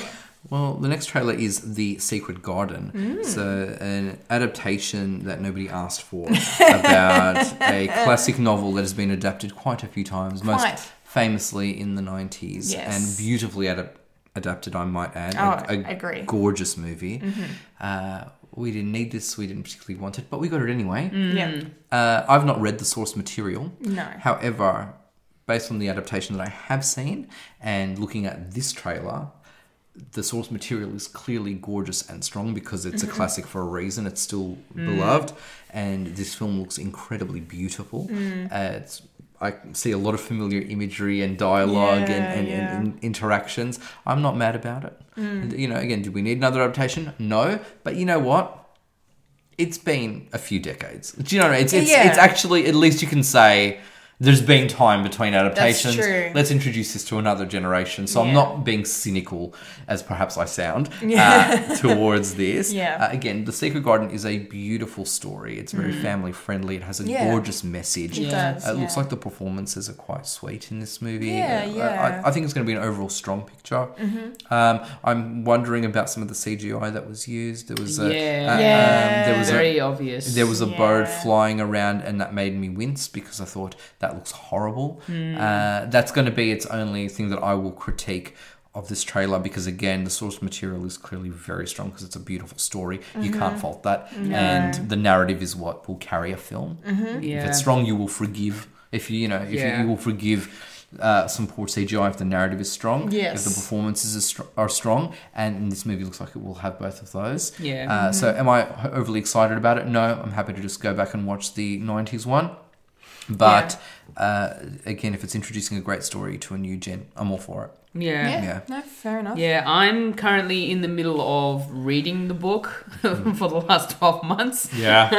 Well, the next trailer is The Secret Garden.
Mm.
So, an adaptation that nobody asked for about
[laughs]
a classic novel that has been adapted quite a few times,
Quite.
most famously in the 90s
Yes.
and beautifully adap- adapted, I might add.
Oh, agree.
Gorgeous movie. Uh, we didn't need this, we didn't particularly want it, but we got it anyway.
Yeah.
Mm.
Uh, I've not read the source material.
No.
However, based on the adaptation that I have seen and looking at this trailer, the source material is clearly gorgeous and strong because it's
Mm-hmm.
a classic for a reason. It's still
Mm.
beloved, and this film looks incredibly beautiful.
Mm.
Uh, it's, I see a lot of familiar imagery and dialogue and,
Yeah,
and,
yeah. Mm.
and, and interactions. I'm not mad about it. You know, again, do we need another adaptation? No, but you know what? it's been a few decades. Do you know what I mean? It's, it's,
Yeah.
it's actually, at least you can say, there's been time between adaptations.
true.
Let's introduce this to another generation. So
Yeah.
I'm not being cynical, as perhaps
[laughs]
I sound, uh, towards this.
Yeah.
Uh, again, The Secret Garden is a beautiful story. It's very family friendly. It has a
Mm-hmm. Yeah.
gorgeous message.
It Yeah. does,
Uh, It looks
yeah.
like the performances are quite sweet in this movie.
Yeah,
Uh, I-
yeah. Mm-hmm.
I, I think it's going to be an overall strong picture. Um, I'm wondering about some of the CGI that was used. There was a,
Yeah.
a- um, there was a-
Very obvious.
there was a bird
Yeah.
flying around, and that made me wince because I thought that looks horrible.
Hmm.
Uh, that's going to be its only thing that I will critique of this trailer because, again, the source material is clearly very strong because it's a beautiful story. You
Uh-huh.
can't fault that. And the narrative is what will carry a film.
yeah.
If it's strong, you will forgive. If you, you know, if
Yeah.
you, you will forgive. Uh, some poor CGI if the narrative is strong,
Yes.
if the performances are, str- are strong, and this movie looks like it will have both of those.
Yeah.
Uh, so, am I h- overly excited about it? No, I'm happy to just go back and watch the 90s one. But uh, again, if it's introducing a great story to a new gen, I'm all for it.
yeah.
Yeah.
Yeah.
No, fair enough.
Yeah, I'm currently in the middle of reading the book [laughs] for the last 12 months.
Yeah.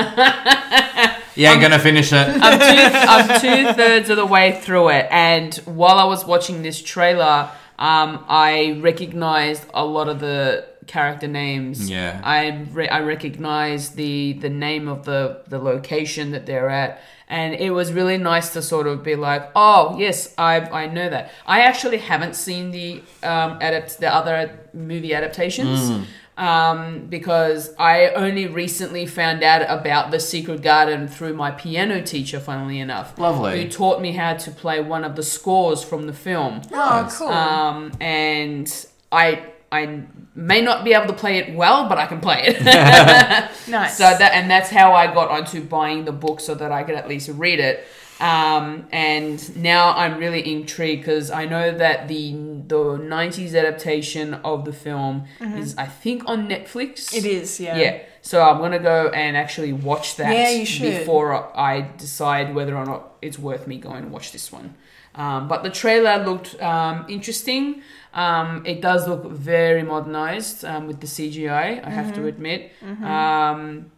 yeah, I'm gonna finish [laughs] it.
I'm two, I'm two thirds of the way through it, and while I was watching this trailer, um, I recognized a lot of the character names.
Yeah.
I re- I recognized the the name of the the location that they're at, and it was really nice to sort of be like, oh yes, I I know that. I actually haven't seen the um adapt the other movie adaptations. Um, because I only recently found out about the Secret Garden through my piano teacher, funnily enough.
Lovely.
Who taught me how to play one of the scores from the film.
Oh, cool.
Um, and I I may not be able to play it well, but I can play it. [laughs]
nice.
So that and that's how I got onto buying the book so that I could at least read it. Um, and now I'm really intrigued because I know that the the '90s adaptation of the film is, I think, on Netflix.
Mm-hmm. it is. Yeah.
Yeah. So I'm gonna go and actually watch that
Yeah, you should.
before I decide whether or not it's worth me going to watch this one. Um, but the trailer looked um, interesting. Um, it does look very modernized um, with the CGI. I have to admit. Um,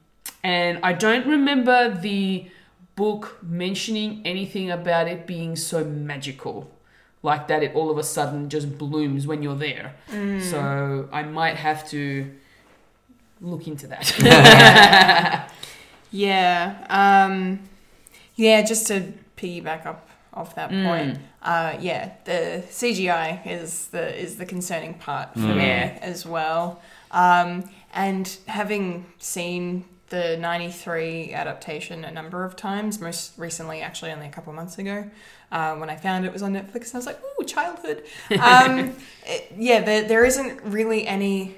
and I don't remember the book mentioning anything about it being so magical like that it all of a sudden just blooms when you're there so i might have to look into that
Yeah. Um, yeah. Just to piggyback up off that point. Uh, yeah. The CGI is the is the concerning part for me
Yeah.
as well. Um, and having seen the '93 adaptation a number of times, most recently actually only a couple of months ago, uh, when I found it was on Netflix, and I was like, "Ooh,
[laughs]
childhood." Um, it- yeah. There, there isn't really any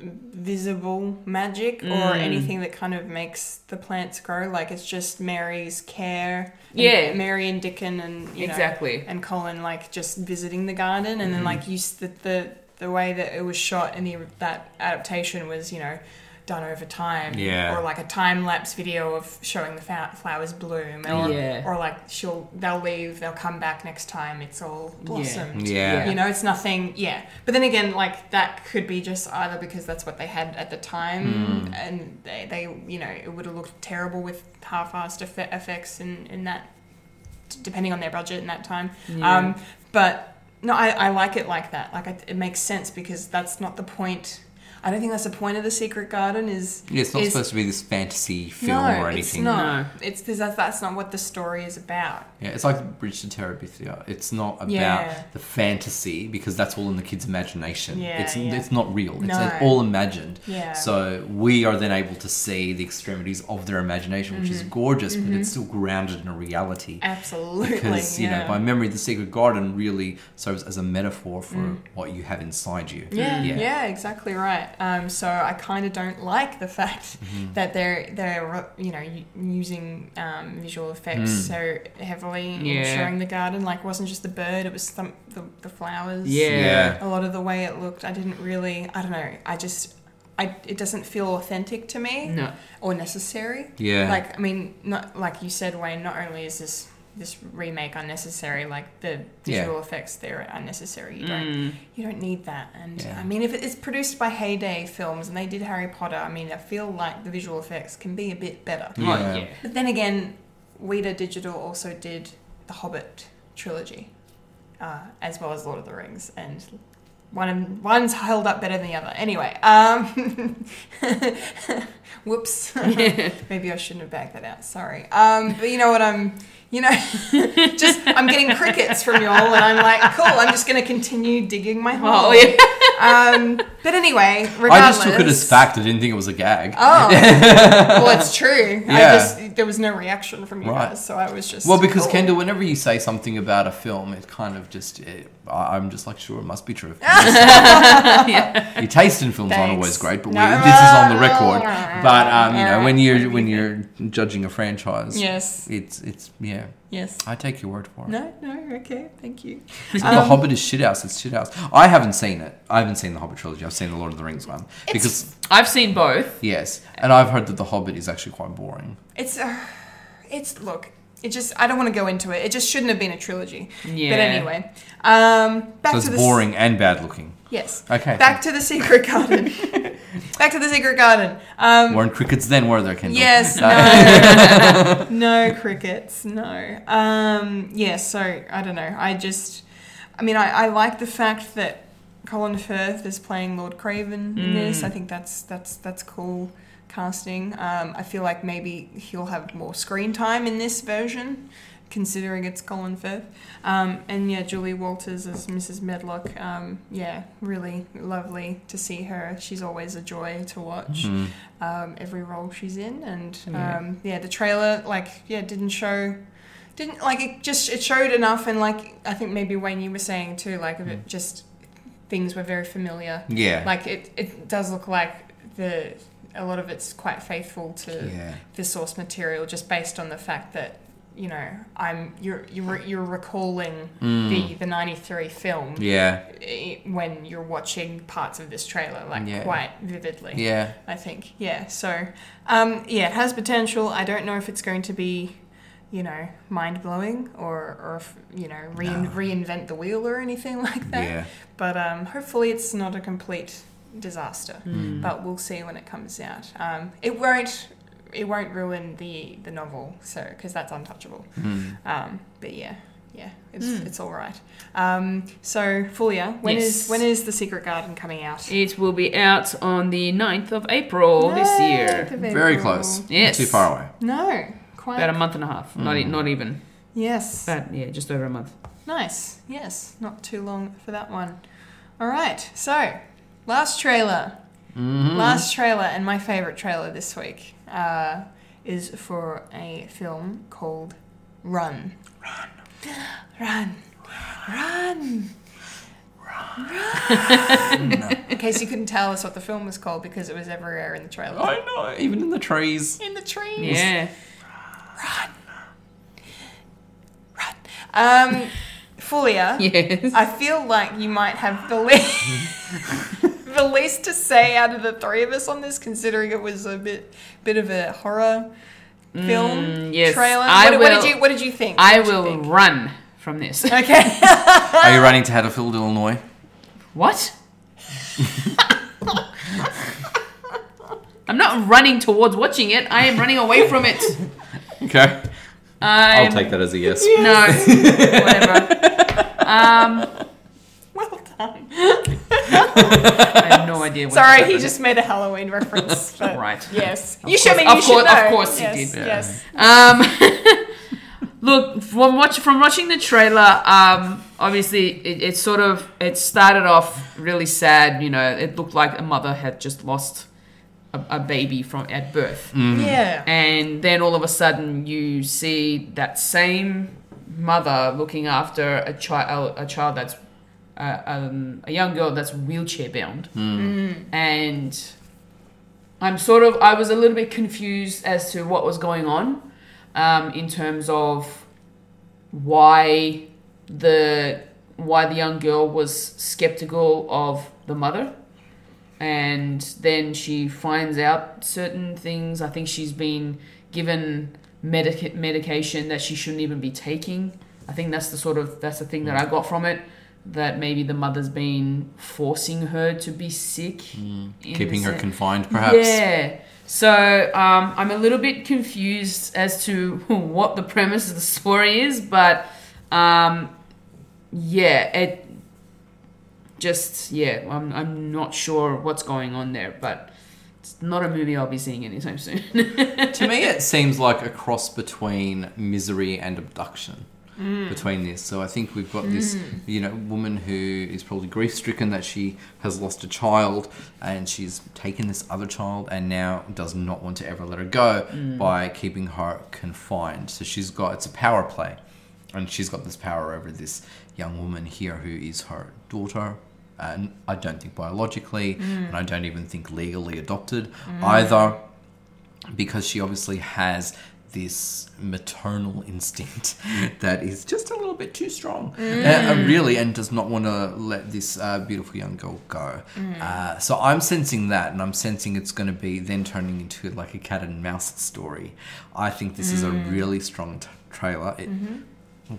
visible magic
Mm.
or anything that kind of makes the plants grow. Like it's just Mary's care. and
Yeah.
Mary and Dickon and you know,
[laughs] Exactly.
and Colin like just visiting the garden and then like used the, the the way that it was shot and the that adaptation was you know done over time
Yeah.
or like a time lapse video of showing the fa- flowers bloom or,
Yeah.
or like she'll they'll leave they'll come back next time it's all blossomed
Yeah.
you know it's nothing yeah but then again like that could be just either because that's what they had at the time and they, they you know it would have looked terrible with half-assed effe- effects in, in that depending on their budget in that time um, but no I, I like it like that like I, it makes sense because that's not the point I don't think that's the point of the secret garden is
Yeah, it's not
is-
supposed to be this fantasy film or anything.
it's not
No.
it's because that's, that's not what the story is about
Yeah, it's like Bridge to Terabithia. It's not about
Yeah.
the fantasy because that's all in the kids' imagination.
Yeah,
it's
yeah.
it's not real. It's
No.
all imagined.
Yeah.
So we are then able to see the extremities of their imagination, which
Mm-hmm.
is gorgeous, but it's still grounded in a reality.
absolutely
Because you
yeah.
know, by memory, the Secret
Mm.
Garden really serves as a metaphor for what you have inside you.
Yeah, yeah, exactly right. Um, so I kind of don't like the fact
Mm-hmm.
that they're they're you know u- using um, visual effects
Mm.
so heavily in
Yeah.
showing the garden. Like, it wasn't just the bird; it was some the, the flowers.
Yeah.
A lot of the way it looked, I didn't really. I don't know. I just. I, it doesn't feel authentic to me
No.
or necessary.
Yeah.
Like I mean, not like you said, Wayne. Not only is this this remake unnecessary, like the
Yeah. Mm.
visual effects there are unnecessary. You don't you don't need that. And
Yeah.
I mean, if it's produced by Heyday Films and they did Harry Potter, I mean, I feel like the visual effects can be a bit better.
Oh,
Yeah.
yeah.
But then again, Weta Digital also did the Hobbit trilogy, uh, as well as Lord of the Rings, and one one's held up better than the other. Anyway, um, [laughs]
[laughs]
whoops, maybe I shouldn't have bagged that out. Sorry, um, but you know what I'm. You know, [laughs] just I'm getting crickets from y'all, and I'm like, cool. I'm just gonna continue digging my hole.
Oh, yeah.
um, but anyway, regardless,
I just took it as fact. I didn't think it was a gag.
Oh, well,
[laughs]
it's true. I
Yeah.
just there was no reaction from you
Right.
guys, so I was just oh.
Well, because
cool.
Kendall, whenever you say something about a film, it kind of just it, I- I'm just like, sure, it must be true. Your taste in films aren't
Thanks.
always great, but
No.
we, this is on the record. But um, you know, when you're when
[laughs]
you're judging a franchise,
Yes.
it's it's yeah.
yes,
I take your word for it.
no, Um, no, okay, thank you.
It's not the Hobbit is shithouse. It's shithouse. I haven't seen it. I haven't seen the Hobbit trilogy. I've seen the Lord of the Rings one because
I've seen both.
yes, and I've heard that the Hobbit is actually quite boring.
It's uh, it's look, it just I don't want to go into it. It just shouldn't have been a trilogy.
Yeah.
But anyway, um, back
So
to
it's
the
boring and bad looking.
Yes.
Okay.
Back to the secret garden.
[laughs]
back to the secret garden. Um,
Weren't crickets then, were there, Kendall?
Yes, no, no crickets, no. Um, yeah, so I don't know. I just, I mean, I, I like the fact that Colin Firth is playing Lord Craven in this. I think that's that's that's cool casting. Um, I feel like maybe he'll have more screen time in this version. Considering it's Colin Firth, um, and yeah, Julie Walters as Mrs. Medlock, um, yeah, really lovely to see her. She's always a joy to watch um, every role she's in, and um, yeah, the trailer like yeah didn't show, didn't like it just it showed enough, and like I think maybe Wayne you were saying too, like of it just things were very familiar.
Mm. Yeah.
like it it does look like the a lot of it's quite faithful to
Yeah.
the source material, just based on the fact that. You know, I'm you're you're, you're recalling the the '93 film
Mm. Yeah.
i- when you're watching parts of this trailer, like
Yeah.
quite vividly.
Yeah.
I think. Yeah. So, um, yeah, it has potential. I don't know if it's going to be, you know, mind blowing or, or if, you know, rein- reinvent the wheel or anything [laughs] like that.
Yeah.
But um, hopefully it's not a complete disaster.
Hmm.
But we'll see when it comes out. Um, it won't. It won't ruin the the novel, so because that's untouchable.
Hmm.
Um, but yeah, yeah, it's it's all right. Um, so Fulia, when is
Yes.
when is the Secret Garden coming out?
It will be out on the 9th of April this year.
Very close.
Yes.
Not too far away.
No, quite.
About a month and a half. Not e- not even.
yes.
But yeah, just over a month.
Nice. Yes, not too long for that one. All right. So, last trailer. Last trailer and my favorite trailer this week uh, is for a film called Run. Run. Run. Run. Run. in case you couldn't tell us what the film was called because it was everywhere in the trailer.
I know. Oh, Even in the trees.
In the trees.
Yeah.
Um, Fulia.
Yes.
I feel like you might have the least
[laughs]
the least to say out of the three of us on this, considering it was a bit bit of a horror film
Mm, yes.
trailer.
I
what, what
will-
did you What did you think? What
I
did you
will
think?
run from
[laughs]
this.
Okay.
Are you running to Haddonfield, Illinois?
What? I'm not running towards watching it. I am running away from it.
Okay. Um,
I'm,
that as a yes.
No. Whatever. Um,
well done.
I have no idea what
Sorry,
that
he
is.
just made a Halloween reference. But
[laughs] Right.
Yes. you show me.
course-
You
of
should
course- of
know.
course he
yes,
did. Yeah.
Yes.
Um, [laughs] look from watch from watching the trailer. Um, obviously, it, it sort of it started off really sad. You know, it looked like a mother had just lost a, a baby from at birth,
Yeah.
and then all of a sudden you see that same mother looking after a child a child that's a, um, a young girl that's wheelchair bound, and I'm sort of I was a little bit confused as to what was going on um, in terms of why the why the young girl was skeptical of the mother and then she finds out certain things i think she's been given medic- medication that she shouldn't even be taking i think that's the sort of that's the thing that i got from it that maybe the mother's been forcing her to be sick in the
Mm. keeping her
sen-
confined, perhaps.
yeah. So um, I'm a little bit confused as to [laughs] what the premise of the story is, but um, yeah, it just yeah, I'm I'm not sure what's going on there, but it's not a movie I'll be seeing anytime soon. [laughs]
to me, it seems like a cross between misery and abduction. Between this, so I think we've got this, you know, woman who is probably grief-stricken that she has lost a child, and she's taken this other child, and now does not want to ever let her go by keeping her confined. So she's got it's a power play, and she's got this power over this young woman here who is her daughter. And I don't think biologically, and I don't even think legally adopted either because she obviously has this maternal instinct that is just a little bit too strong, uh, uh, really, and does not want to let this uh, beautiful young girl go. Uh, so I'm sensing that, and I'm sensing it's going to be then turning into like a cat and mouse story. I think this is a really strong t- trailer. It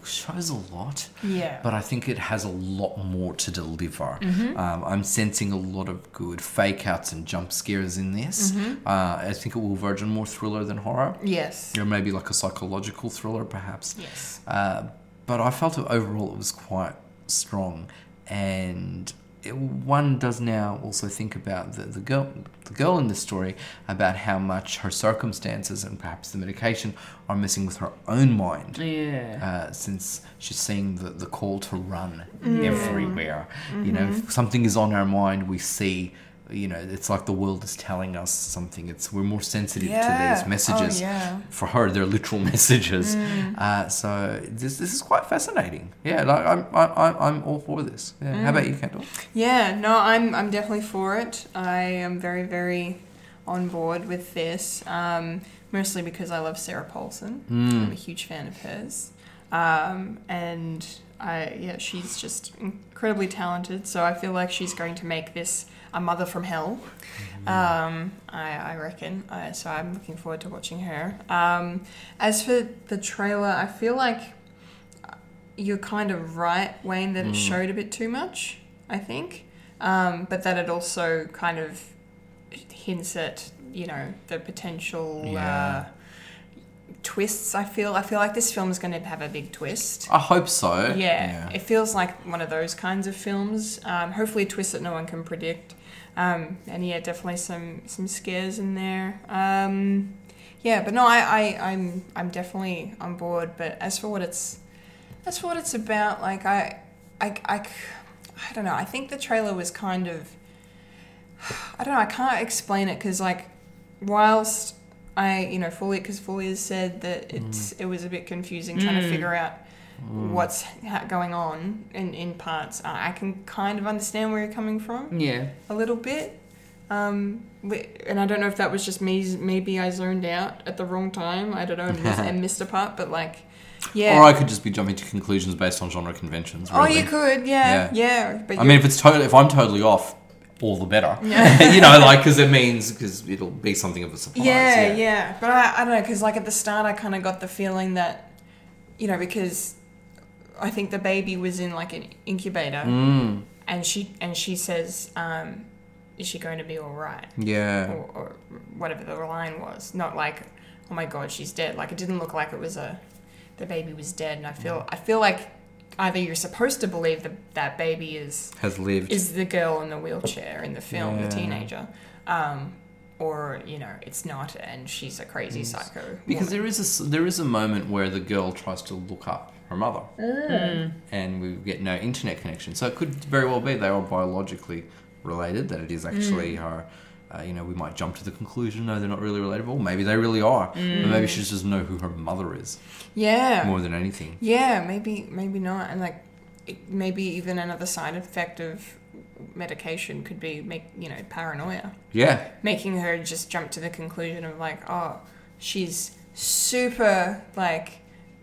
shows a lot,
Yeah. Mm-hmm.
but I think it has a lot more to deliver. Um, I'm sensing a lot of good fake outs and jump scares in this. Uh, I think it will verge on more thriller than horror.
Mm-hmm. Yes.
Or maybe like a psychological thriller, perhaps.
Yes.
Uh, but I felt it overall it was quite strong, and it, one does now also think about the, the girl, the girl in this story, about how much her circumstances and perhaps the medication are messing with her own mind
yeah.
uh, since she's seeing the, the call to run everywhere. You know,
Mm-hmm.
if something is on our mind, we see. You know, it's like the world is telling us something. It's we're more sensitive
Yeah.
to
Oh,
these messages.
yeah. Mm.
For her, they're literal [laughs] messages. Uh, so this this is quite fascinating. Yeah, like I'm I, I, I'm all for this. Yeah. How about you, Kendall?
Mm. Yeah, no, I'm I'm definitely for it. I am very very on board with this, um, mostly because I love Sarah Paulson. I'm a huge fan of hers, um, and I yeah, she's just incredibly talented. So I feel like she's going to make this a mother from hell. Um, I, I reckon. I, so I'm looking forward to watching her. Um, as for the trailer, I feel like you're kind of right, Wayne, that it showed a bit too much, I think. Um, but that it also kind of hints at, you know, the potential
Yeah.
uh, twists, I feel. I feel like this film is going to have a big twist.
I hope so.
Yeah, it feels like one of those kinds of films. Um, hopefully, a twist that no one can predict. Um, and yeah, definitely some some scares in there. Um, yeah, but no, I, I I'm I'm definitely on board. But as for what it's as for what it's about, like I I I, c- I don't know. I think the trailer was kind of [sighs] I don't know. I can't explain it because like whilst I you know fully because fully has said that it's it was a bit confusing trying to figure out
Mm.
what's ha- going on in in parts. Uh, I can kind of understand where you're coming from
yeah. [laughs]
a little bit. Um, wi- and I don't know if that was just me. Maybe I zoned out at the wrong time. I don't know
[laughs]
and missed, and missed a part, but like, yeah.
Or I could just be jumping to conclusions based on genre conventions.
oh,
really.
you could, yeah,
Yeah.
yeah. but
I
you-
mean, if it's totally, if I'm totally off, all the better. [laughs] you know, like because it means because it'll be something of a surprise.
Yeah, yeah. But I, I don't know, because like at the start, I kind of got the feeling that, you know, because I think the baby was in like an incubator,
Mm.
and she and she says, um, "Is she going to be all right?"
Yeah.
Or, or whatever the line was. Not like, "Oh my God, she's dead." Like it didn't look like it was a the baby was dead, and I feel
Mm.
I feel like either you're supposed to believe that that baby is
Has lived.
is the girl in the wheelchair in the film,
Yeah.
the teenager, um, or you know it's not, and she's a crazy psycho.
because
woman.
there is a s- there is a moment where the girl tries to look up her mother,
Mm.
and we get no internet connection. So it could very well be they are biologically related. That it is
Mm.
actually her. Uh, you know, we might jump to the conclusion, no, they're not really relatable. Maybe they really are. But maybe she just doesn't know who her mother is
Mm. yeah,
more than anything.
yeah, maybe maybe not, and like it- maybe even another side effect of medication could be make you know paranoia
Yeah.
making her just jump to the conclusion of like, oh, she's super like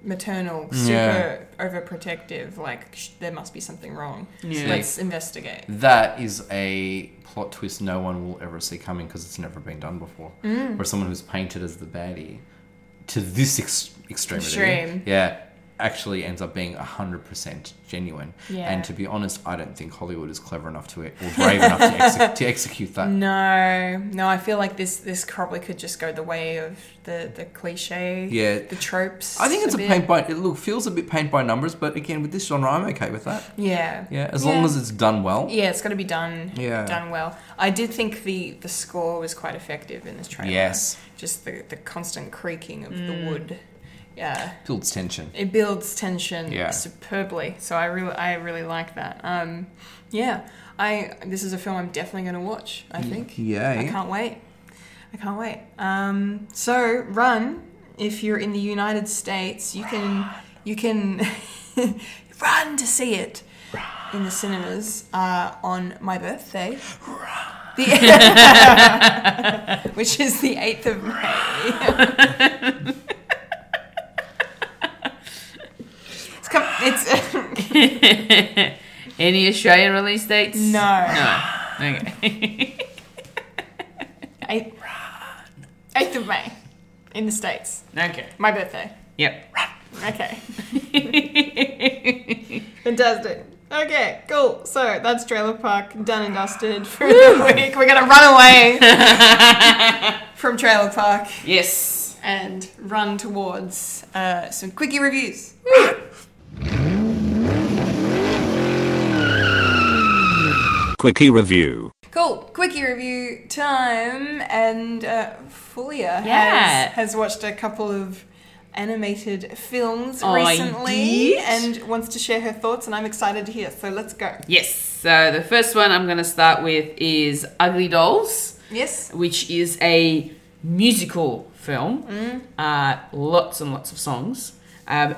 maternal, super
Yeah.
overprotective. Like sh- there must be something wrong.
Yeah.
Let's investigate.
That is a plot twist no one will ever see coming because it's never been done before.
Mm.
Where someone who's painted as the baddie to this ex- extremity,
Extreme.
yeah, actually ends up being hundred percent genuine.
Yeah.
And to be honest, I don't think Hollywood is clever enough to it or brave enough to, exec- to execute
[laughs]
that.
No, no, I feel like this this probably could just go the way of the the cliche,
Yeah.
the tropes.
I think it's a,
bit.
paint by it look feels a bit paint by numbers, but again with this genre, I'm okay with that.
Yeah,
Yeah, as long as it's done well.
yeah, it's got to be done
Yeah.
done well. I did think the the score was quite effective in this trailer.
Yes. Mm.
just the the constant creaking of the wood. Yeah,
Builds tension.
it builds tension
Yeah.
superbly. So I really, I really like that. Um, yeah, I this is a film I'm definitely going to watch. I think.
yeah,
I
yeah.
can't wait. I can't wait. Um, so run if you're in the United States. You can you can [laughs] run to see it in the cinemas uh, on my birthday. The- [laughs] which is the 8th of May. it's come, it's [laughs]
Any Australian release dates?
no.
No.
[laughs]
Okay.
8th, 8th of May in the States.
okay.
My
[laughs]
birthday.
Yep.
Okay. Fantastic. Okay, cool. So that's Trailer Park done and dusted for the week. We're gonna run away from Trailer Park
yes.
and run towards uh, some quickie reviews.
Quickie review.
Cool, quickie review time. And uh, Fulia
Yeah.
has, has watched a couple of animated films
Oh, I
recently
did.
and wants to share her thoughts, and I'm excited to hear. So let's go.
Yes. So the first one I'm going to start with is Ugly Dolls.
Yes.
which is a musical film. Uh, lots and lots of songs. Um,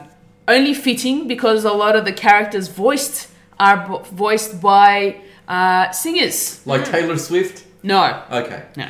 only fitting because a lot of the characters voiced are bo- voiced by uh, singers.
Like Taylor Swift.
No,
Okay.
no.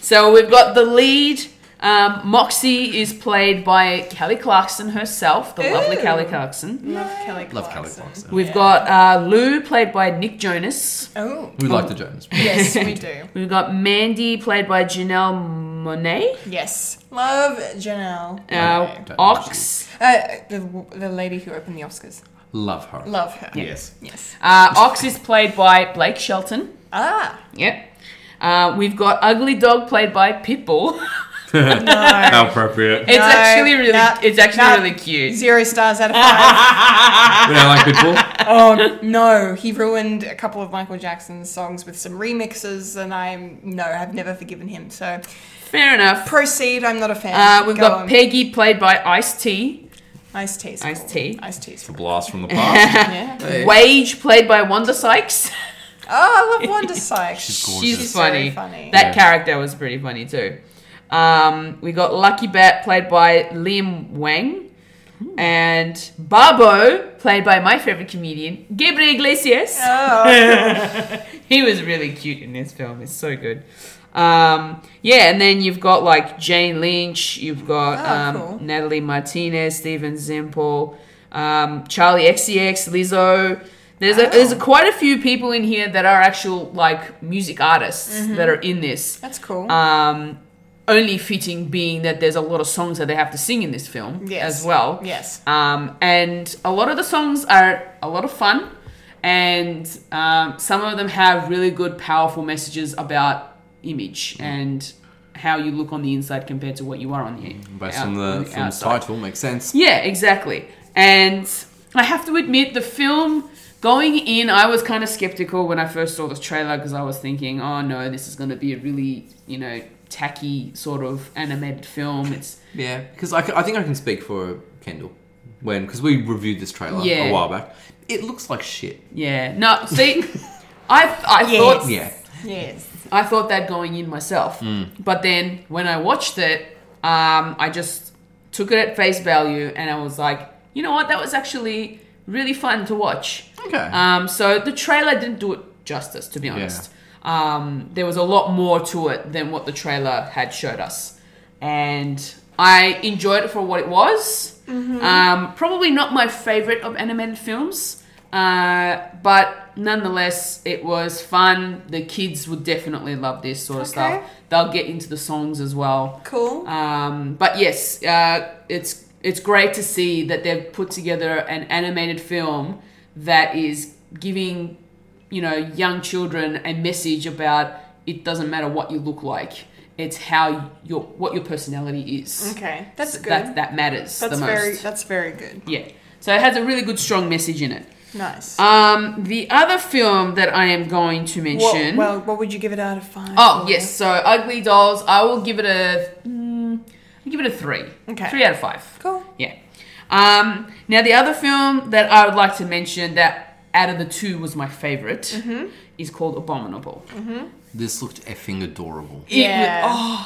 So we've got the lead. Um, Moxie is played by Kelly Clarkson herself, the lovely
Ooh.
Kelly Clarkson.
Love Kelly Clarkson.
Love Kelly Clarkson.
We've got uh, Lou, played by Nick Jonas.
Oh.
We like the Jonas.
Yes, we do.
We've got Mandy, played by Janelle Monet.
Yes. Love Janelle.
Uh,
don't know
Ox.
Uh, the, the lady who opened the Oscars.
Love her.
Love her.
Yes.
Yes.
Uh, Ox is played by Blake Shelton.
Ah.
Yep. Uh, we've got Ugly Dog played by Pitbull. [laughs]
No.
How appropriate.
It's
No,
actually really,
not-
it's actually
not-
really cute.
Zero stars out of five.
You know, like Pitbull?
oh, no. He ruined a couple of Michael Jackson's songs with some remixes, and I'm, no, I've never forgiven him. So
[laughs] Fair enough.
proceed. I'm not a fan.
Uh, we've
Go
got
on.
Peggy played by Ice T.
Ice Tea's
Ice
cool.
Tea.
Ice Tea's cool.
Blast from the past.
Yeah.
Hey.
Wage played by Wanda Sykes. [laughs]
Oh, I love [laughs] Wanda Sykes.
She's gorgeous.
She's
very
funny.
funny.
That
Yeah.
character was pretty funny too. Um, we got Lucky Bat played by Liam Wang.
Hmm.
And Babo, played by my favorite comedian, Gabriel Iglesias.
Oh,
[laughs] he was really cute in this film. It's so good. Um, yeah, and then you've got like Jane Lynch, you've got
Oh,
um,
cool.
Natalie Martinez, Steven Zimple, um, Charlie XCX, Lizzo. There's a,
Oh.
there's quite a few people in here that are actual like music artists that are in this.
Mm-hmm. that's cool.
Um, only fitting being that there's a lot of songs that they have to sing in this film
Yes.
as well.
Yes.
Um, and a lot of the songs are a lot of fun, and um, some of them have really good, powerful messages about
Mm.
image and how you look on the inside compared to what you are on
Mm.
the
Based
out-
on the film's
outside.
title, makes sense.
Yeah, exactly. And I have to admit, the film going in, I was kind of skeptical when I first saw this trailer because I was thinking, oh no, this is going to be a really, you know, tacky sort of animated film. It's
Yeah, because I, c- I think I can speak for Kendall when because we reviewed this trailer
Yeah.
a while back. It looks like shit.
yeah, no, see, [laughs] I I
Yes.
thought
Yeah, Mm.
yes.
I thought that going in myself. But then when I watched it, um, I just took it at face value and I was like, you know what, that was actually really fun to watch.
Okay.
Um, so the trailer didn't do it justice, to be honest. Um, there was a lot more to it than what the trailer had showed us, and I enjoyed it for what it was.
Mm-hmm.
Um, probably not my favorite of animated films, uh, but nonetheless, it was fun. The kids would definitely love this sort of
Okay.
stuff. They'll get into the songs as well.
Cool.
Um, but yes, uh, it's it's great to see that they've put together an animated film that is giving you know young children a message about it doesn't matter what you look like; it's how your what your personality is.
okay, that's good.
That that matters
that's
the most.
very that's very good.
yeah. So it has a really good strong message in it.
Nice.
Um, the other film that I am going to
What-
mention.
well, what would you give it out of five?
Oh
or-
yes, so Ugly Dolls. I will give it a, mm, I'll give it a three.
Okay.
Three out of five.
Cool.
Yeah. Um, now the other film that I would like to mention that out of the two was my favorite is called Abominable.
This looked effing adorable.
It-
Yeah.
oh,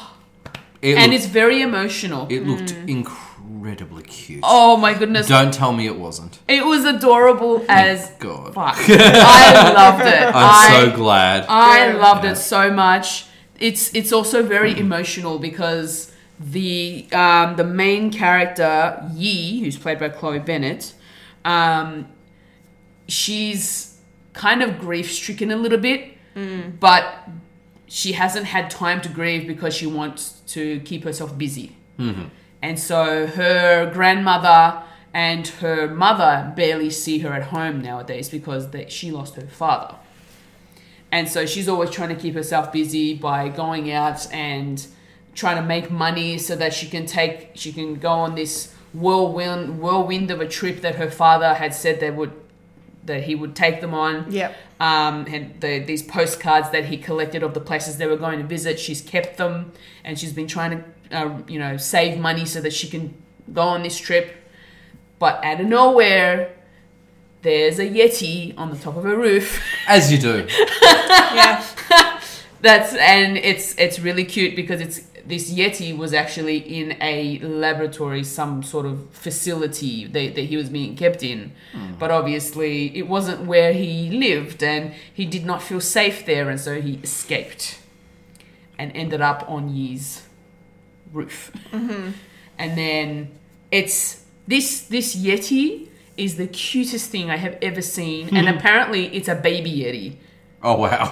It
and
looked,
it's very emotional.
it looked incredibly cute.
oh my goodness,
Don't tell me it wasn't.
it was adorable as
God. [laughs]
fuck. I loved it.
I'm
I-
so glad.
I loved
Yeah.
it so much. It's it's also very emotional because the um, the main character Yi, who's played by Chloe Bennett, um, she's kind of grief stricken a little bit, but she hasn't had time to grieve because she wants to keep herself busy. And so her grandmother and her mother barely see her at home nowadays because they, she lost her father. And so she's always trying to keep herself busy by going out and trying to make money so that she can take she can go on this whirlwind whirlwind of a trip that her father had said they would that he would take them on.
Yep.
Um, and the, these postcards that he collected of the places they were going to visit, she's kept them, and she's been trying to, uh, you know, save money so that she can go on this trip. But out of nowhere, there's a yeti on the top of her roof. [laughs]
As you do.
Yeah.
That's and it's it's really cute because it's this yeti was actually in a laboratory, some sort of facility that, that he was being kept in, but obviously it wasn't where he lived, and he did not feel safe there, and so he escaped, and ended up on Yi's roof, and then it's this this yeti is the cutest thing I have ever seen, and apparently it's a baby yeti
Oh wow.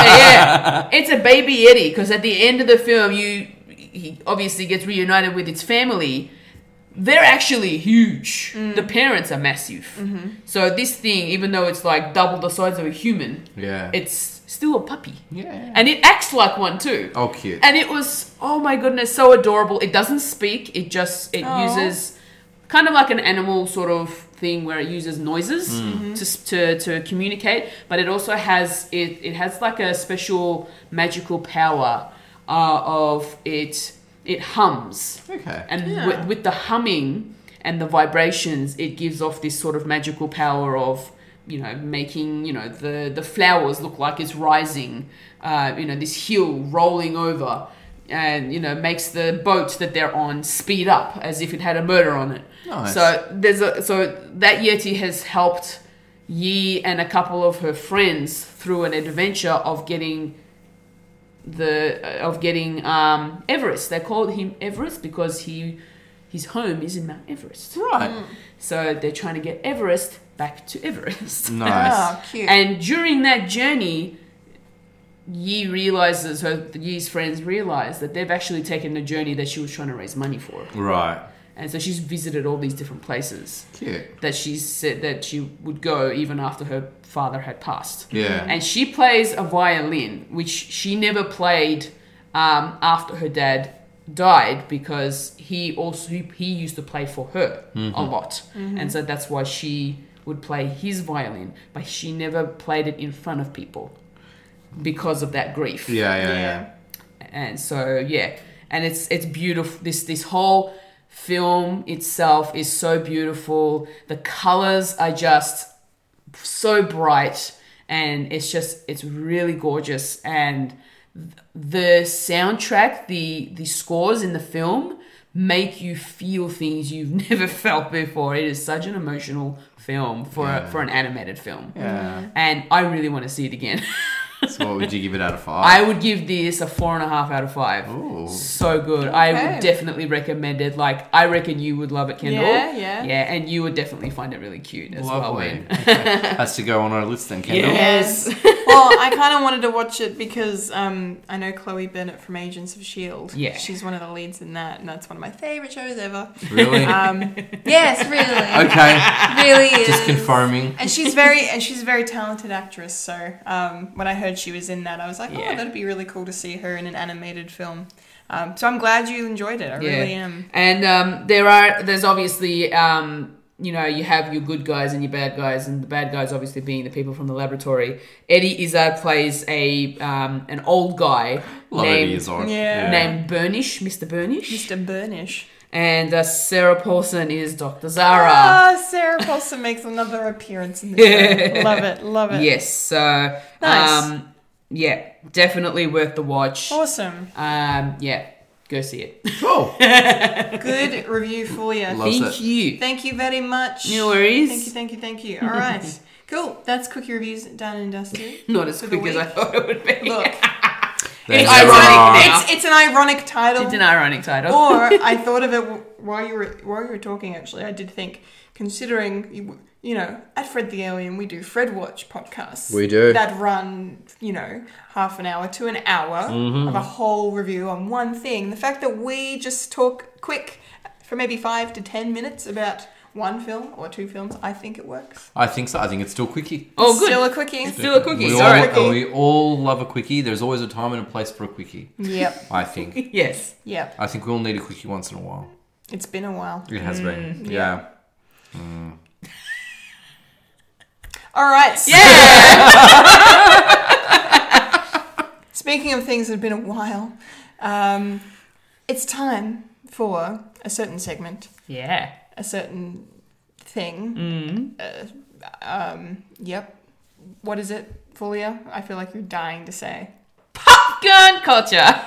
yeah, it's a baby Eddie because at the end of the film, you he obviously gets reunited with its family. They're actually huge. The parents are massive. So this thing, even though it's like double the size of a human,
[laughs] Yeah.
it's still a puppy.
Yeah.
and it acts like one too.
Oh, cute.
And it was oh my goodness, so adorable. It doesn't speak. It just it
Aw.
uses kind of like an animal sort of thing where it uses noises
Mm.
to, s- to to communicate, but it also has it it has like a special magical power uh, of it it hums.
Okay.
And with, with the humming and the vibrations, it gives off this sort of magical power of you know making you know the the flowers look like it's rising, uh, you know this hill rolling over, and you know makes the boat that they're on speed up as if it had a murder on it.
Nice.
So there's a so that yeti has helped Yi and a couple of her friends through an adventure of getting the uh, of getting um, Everest. They called him Everest because he his home is in Mount Everest.
right.
So they're trying to get Everest back to Everest.
Nice.
Ah.
Oh, cute.
And during that journey, Yi realizes her Yi's friends realize that they've actually taken the journey that she was trying to raise money for,
Right.
and so she's visited all these different places
Cute.
that she said that she would go even after her father had passed.
Yeah.
And she plays a violin, which she never played um, after her dad died because he also he used to play for her a
Mm-hmm.
lot, and so that's why she would play his violin, but she never played it in front of people because of that grief
Yeah, yeah,
Yeah.
yeah.
and so yeah and it's it's beautiful this this whole film itself is so beautiful the colors are just so bright and it's just it's really gorgeous and th- the soundtrack the the scores in the film make you feel things you've [laughs] never felt before. It is such an emotional film for a, for an animated film.
Yeah.
And I really want to see it again. [laughs]
So what would you give it out of five?
I would give this a four and a half out of five.
Ooh.
So good. I
Okay.
would definitely recommend it. Like, I reckon you would love it, Kendall.
Yeah, yeah.
Yeah, and you would definitely find it really cute as well.
Lovely.
Wayne.
Okay. [laughs] Has to go on our list then, Kendall.
Yes.
Uh,
[laughs]
well, I kind of wanted to watch it because um, I know Chloe Bennett from Agents of Shield.
Yeah.
E she's one of the leads in that, and that's one of my favorite shows ever.
[laughs]
Really?
Um, yes, really,
okay.
really is.
Just confirming.
And she's very and she's a very talented actress. So um, when I heard she was in that, I was like,
Yeah.
oh, that'd be really cool to see her in an animated film. Um, so I'm glad you enjoyed it. I really am.
And um, there are there's obviously um, you know you have your good guys and your bad guys, and the bad guys obviously being the people from the laboratory. Eddie Izzard plays a um, an old guy
Love it,
named,
Izzard.
Yeah.
named Burnish, Mr. Burnish,
Mr. Burnish.
and uh, Sarah Paulson is Dr. Zara.
Ah, Sarah Paulson makes another appearance in the
[laughs]
show. love it, love it.
Yes, so
Nice.
um, yeah, definitely worth the watch.
Awesome.
Um, yeah, go see it. [laughs]
Cool.
Good review for you.
Love- Loves
Thank
it.
you.
Thank you very much.
No worries.
Thank you, thank you, thank you. All
[laughs]
right. cool. That's quickie reviews done and dusted.
Not as
for the
quick as I
week.
thought it would be.
Look,
There
It's
you
ironic
are.
now.
it's it's an ironic title.
It's an ironic [laughs] title.
or I thought of it w- while you were while you were talking. Actually, I did think, considering you, you know, at Fred the Alien, we do Fred Watch podcasts.
We do.
that run, you know, half an hour to an hour
Mm-hmm.
of a whole review on one thing. The fact that we just talk quick for maybe five to ten minutes about one film or two films, I think it works.
I think so. I think it's still quickie.
oh, good.
Still a quickie.
Still a quickie.
We
All
all,
right.
Quickie.
we all love a quickie. There's always a time and a place for a quickie.
Yep.
I think.
Yes.
Yep.
I think we all need a quickie once in a while.
It's been a while.
It has
Mm,
been. Yeah.
All right.
Yeah.
[laughs] Speaking of things that have been a while, um, it's time for a certain segment,
Yeah.
a certain thing. Uh, um, yep. What is it, Fulia? I feel like you're dying to say.
Gun culture.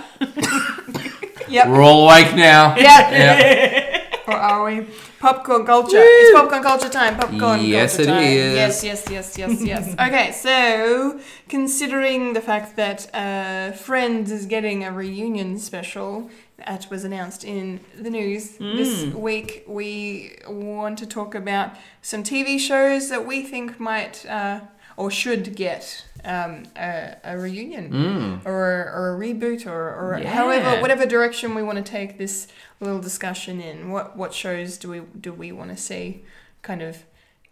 We're all awake now.
Yeah.
[laughs]
Yeah.
Or are we? Popcorn culture. It's popcorn culture time. Popcorn
Yes,
culture
it
time.
is.
Yes, yes, yes, yes,
[laughs]
yes. okay, so considering the fact that uh, Friends is getting a reunion special that was announced in the news this
Hmm.
week, we want to talk about some TV shows that we think might uh, or should get. Um, a, a reunion
Hmm.
or, or a reboot or, or
Yeah.
however whatever direction we want to take this little discussion in. What what shows do we do we want to see kind of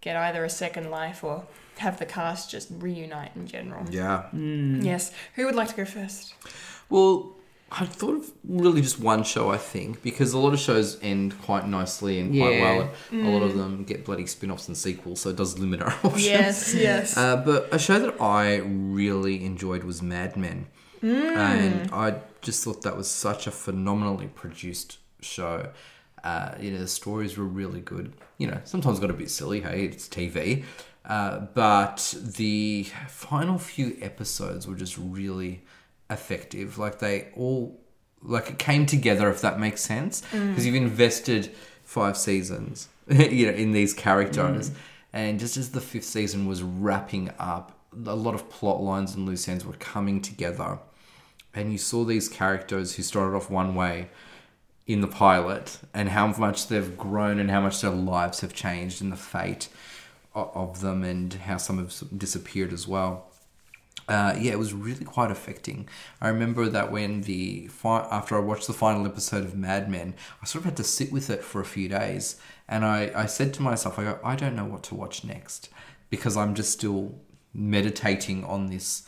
get either a second life or have the cast just reunite in general?
Yeah.
Yes. Who would like to go first?
Well, I thought of really just one show, I think, because a lot of shows end quite nicely and quite
Yeah.
well. A lot of them get bloody spin offs and sequels, so it does limit our [laughs] options.
Yes, yes.
Uh, but a show that I really enjoyed was Mad Men. And I just thought that was such a phenomenally produced show. Uh, you know, the stories were really good. You know, sometimes got a bit silly. Hey, it's TV. Uh, but the final few episodes were just really effective. Like they all, like it came together, if that makes sense. Because you've invested five seasons, [laughs] you know, in these characters. And just as the fifth season was wrapping up, a lot of plot lines and loose ends were coming together. And you saw these characters who started off one way in the pilot and how much they've grown and how much their lives have changed and the fate o- of them and how some have disappeared as well uh, yeah, it was really quite affecting. I remember that when the fi- after I watched the final episode of Mad Men, I sort of had to sit with it for a few days, and I, I said to myself, I go, I don't know what to watch next because I'm just still meditating on this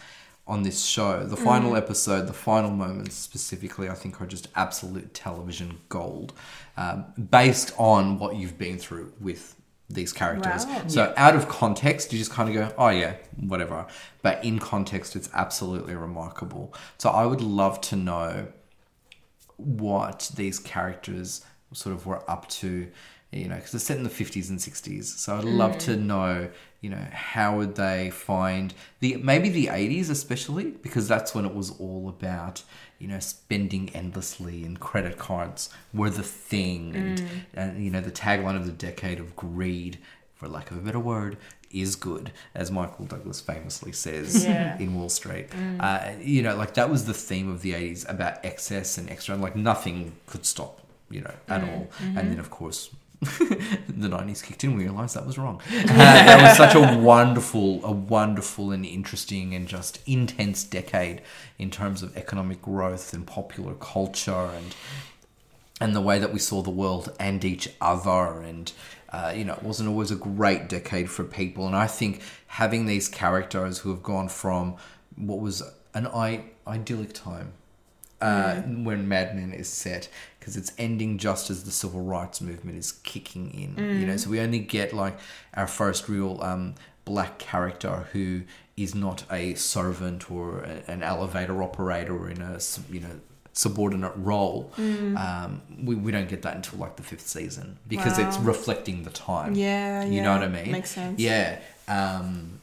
on this show. The final episode, the final moments specifically, I think are just absolute television gold, um, based on what you've been through with these characters.
Wow.
So out of context, you just kind of go, oh yeah, whatever. But in context, it's absolutely remarkable. So I would love to know what these characters sort of were up to you know, because it's set in the 50s and 60s. So I'd love to know, you know, how would they find the maybe the 80s especially because that's when it was all about, you know, spending endlessly and credit cards were the thing and, and you know, the tagline of the decade of greed, for lack of a better word, is good, as Michael Douglas famously says
Yeah.
in Wall Street. Uh, you know, like that was the theme of the 80s about excess and extra, and like nothing could stop, you know, at all. And then, of course, [laughs] the 90s kicked in, we realized that was wrong. Uh, that was such a wonderful, a wonderful and interesting and just intense decade in terms of economic growth and popular culture and and the way that we saw the world and each other and uh, you know it wasn't always a great decade for people and i think having these characters who have gone from what was an I- idyllic time uh, when Mad Men is set because it's ending just as the civil rights movement is kicking in. You
Mm.
know, so we only get like our first real um, black character who is not a servant or a, an elevator operator or in a sub- you know subordinate role.
Mm.
Um, we we don't get that until like the fifth season because it's reflecting the time.
Yeah,
you know
yeah.
what I mean.
Makes sense.
Yeah. Um,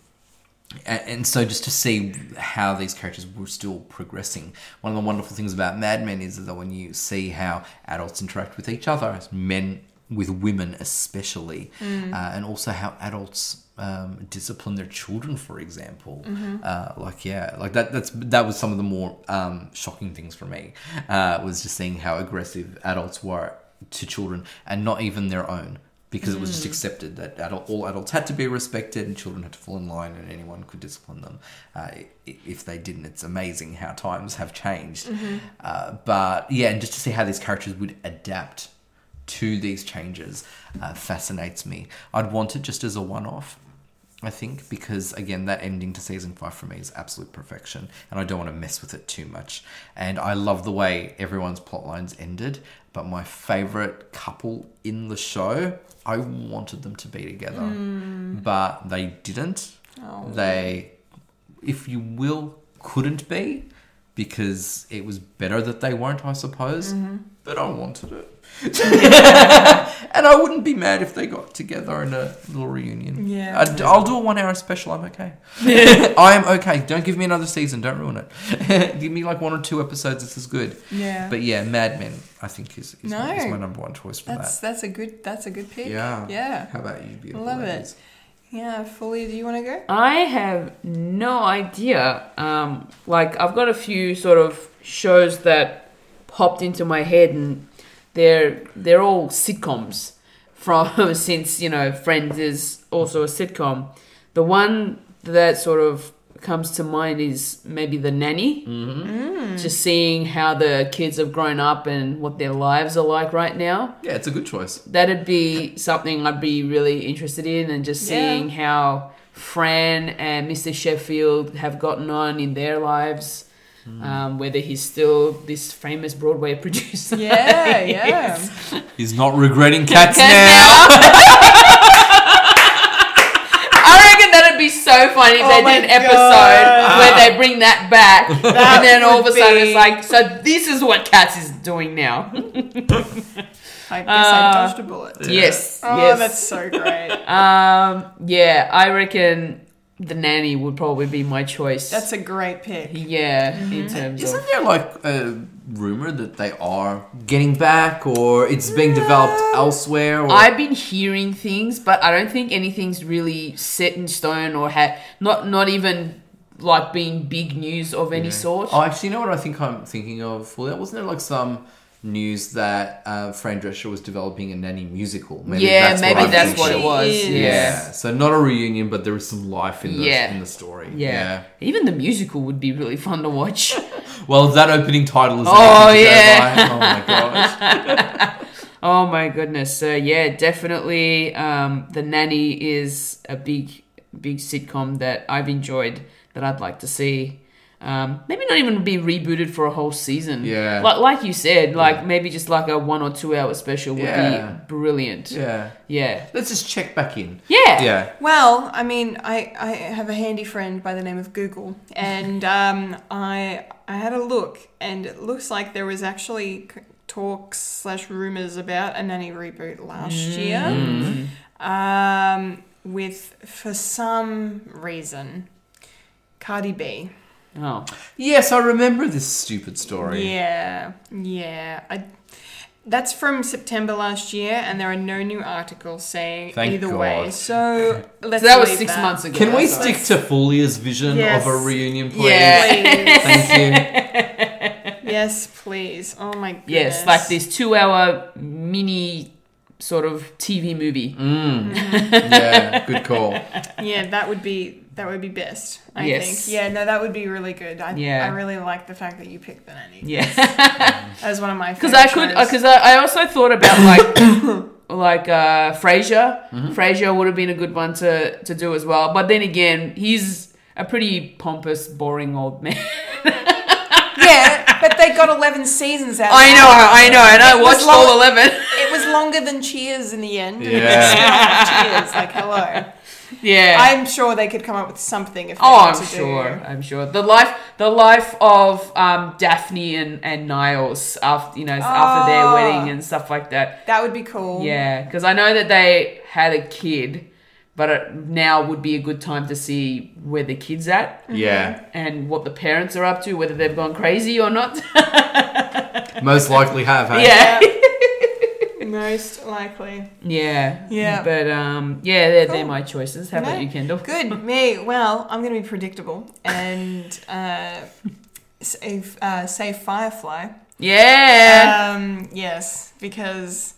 and, and so just to see how these characters were still progressing one of the wonderful things about mad men is that when you see how adults interact with each other as men with women especially uh, and also how adults um, discipline their children for example uh, like yeah like that that's that was some of the more um, shocking things for me uh, was just seeing how aggressive adults were to children and not even their own because it was just accepted that adult, all adults had to be respected and children had to fall in line and anyone could discipline them uh, i- if they didn't it's amazing how times have changed uh, but yeah and just to see how these characters would adapt to these changes uh, fascinates me i'd want it just as a one-off I think because again that ending to season five for me is absolute perfection, and I don't want to mess with it too much. And I love the way everyone's plot lines ended, but my favorite couple in the show, I wanted them to be together, but they didn't. They, if you will, couldn't be because it was better that they weren't, I suppose.
Mm-hmm.
But I wanted it. [laughs] And I wouldn't be mad if they got together in a little reunion.
Yeah.
I'd, I'll do a one hour special.
[laughs]
I'm okay. I'm okay. Don't give me another season. Don't ruin it. [laughs] give me like one or two episodes. This is good.
Yeah.
But yeah, Mad Men, I think, is, is, my, is
No.
my number one choice for
That's
that.
that's a good that's a good pick.
Yeah. How
Yeah.
about you, beautiful?
Love it.
ladies?
Yeah, fully do you wanna go?
I have no idea. Um, like I've got a few sort of shows that popped into my head, and they're they're all sitcoms from [laughs] since you know Friends is also a sitcom. The one that sort of comes to mind is maybe The Nanny. Just seeing how the kids have grown up and what their lives are like right now
Yeah, it's a good choice.
that'd be something I'd be really interested in, and
Yeah.
just seeing how Fran and Mr. Sheffield have gotten on in their lives. Um, whether he's still this famous Broadway [laughs] producer.
Yeah, yeah.
He's not regretting cats
Cats
now.
I reckon that'd be so funny if
Oh
they
my
did an episode
God.
where they bring that back, and then all of a
would
sudden
be-
it's like, so this is what Cats is doing now.
I guess I dodged a bullet.
Yes.
Oh,
yes.
that's so great.
Um, yeah, I reckon the nanny would probably be my choice.
That's Mm-hmm. a great pick.
yeah, in terms of
Isn't there like a rumor that they are getting back or it's being developed elsewhere? Or...
I've been hearing things, but I don't think anything's really set in stone or had not not even like being big news of any sort.
Oh, actually, you know what I think I'm thinking of? Well, that wasn't there like some news that uh, Fran Drescher was developing a nanny musical. Maybe
yeah,
that's
maybe
what I'm
that's what it
thinking.
was.
She is.
Yeah, so not a reunion, but there is some life in the
Yeah.
in the story.
Yeah. Even the musical would be really fun to
[laughs]
watch.
Well, that opening title is. enough
Oh,
to go
yeah. [laughs]
by. Oh my gosh.
oh my goodness. So yeah, definitely um The Nanny is a big big sitcom that I've enjoyed that I'd like to see. Um, maybe not even be rebooted for a whole season.
Yeah.
Like like you said, like maybe just like a one or two hour special would
Yeah.
be brilliant.
Yeah.
Yeah.
Let's just check back in.
Yeah.
Yeah.
Well, I mean, I, I have a handy friend by the name of Google, and um, I I had a look, and it looks like there was actually c- talks slash rumors about a nanny reboot last
Mm.
year. Um, with for some reason, Cardi B.
Oh,
Yes, I remember this stupid story.
Yeah, yeah. I, that's from September last year, and there are no new articles saying
Thank
either way.
God.
[laughs]
So let's
so that was
leave
six
that.
months [laughs] ago.
Can we
so-
stick to Folia's vision
Yes.
of a reunion, please?
Yeah.
Please.
Thank you.
yes, please. Oh my goodness.
Yes, like this two-hour mini sort of TV movie.
[laughs] Yeah, good call.
Yeah, that would be that would be best. I
Yes.
think. Yeah, no, that would be really good. I,
Yeah.
I really like the fact that you picked the nanny.
[laughs] Yeah.
That was one of
[laughs]
my
Because I could, uh, because I, I also thought [coughs] about like, like uh, Frasier. Frasier would have been a good one to to do as well. But then again, he's a pretty pompous, boring old man.
yeah, but they got eleven seasons out. of
I
it.
know, I know, and I
was
watched all
long-
eleven.
It was longer than Cheers in the end. and it
Yeah.
was still [laughs] Cheers, like hello.
[laughs] yeah,
I'm sure they could come up with something if they
oh,
wanted
I'm
to
sure, I'm sure. The life, the life of um, Daphne and and Niles after you know after their
Ah.
wedding and stuff like that.
do. That would be cool.
Yeah, because I know that they had a kid, but it now would be a good time to see where the kid's at
Yeah.
and what the parents are up to, whether they've gone crazy or not. [laughs]
Most likely have, hey?
yeah,
Most likely.
yeah,
Yeah.
But um, yeah, they're, they're
Cool.
my choices. How about
No.
you, Kendall? [laughs]
Good, me. Well, I'm going to be predictable and uh, save, uh, save Firefly.
Yeah.
Um, yes, because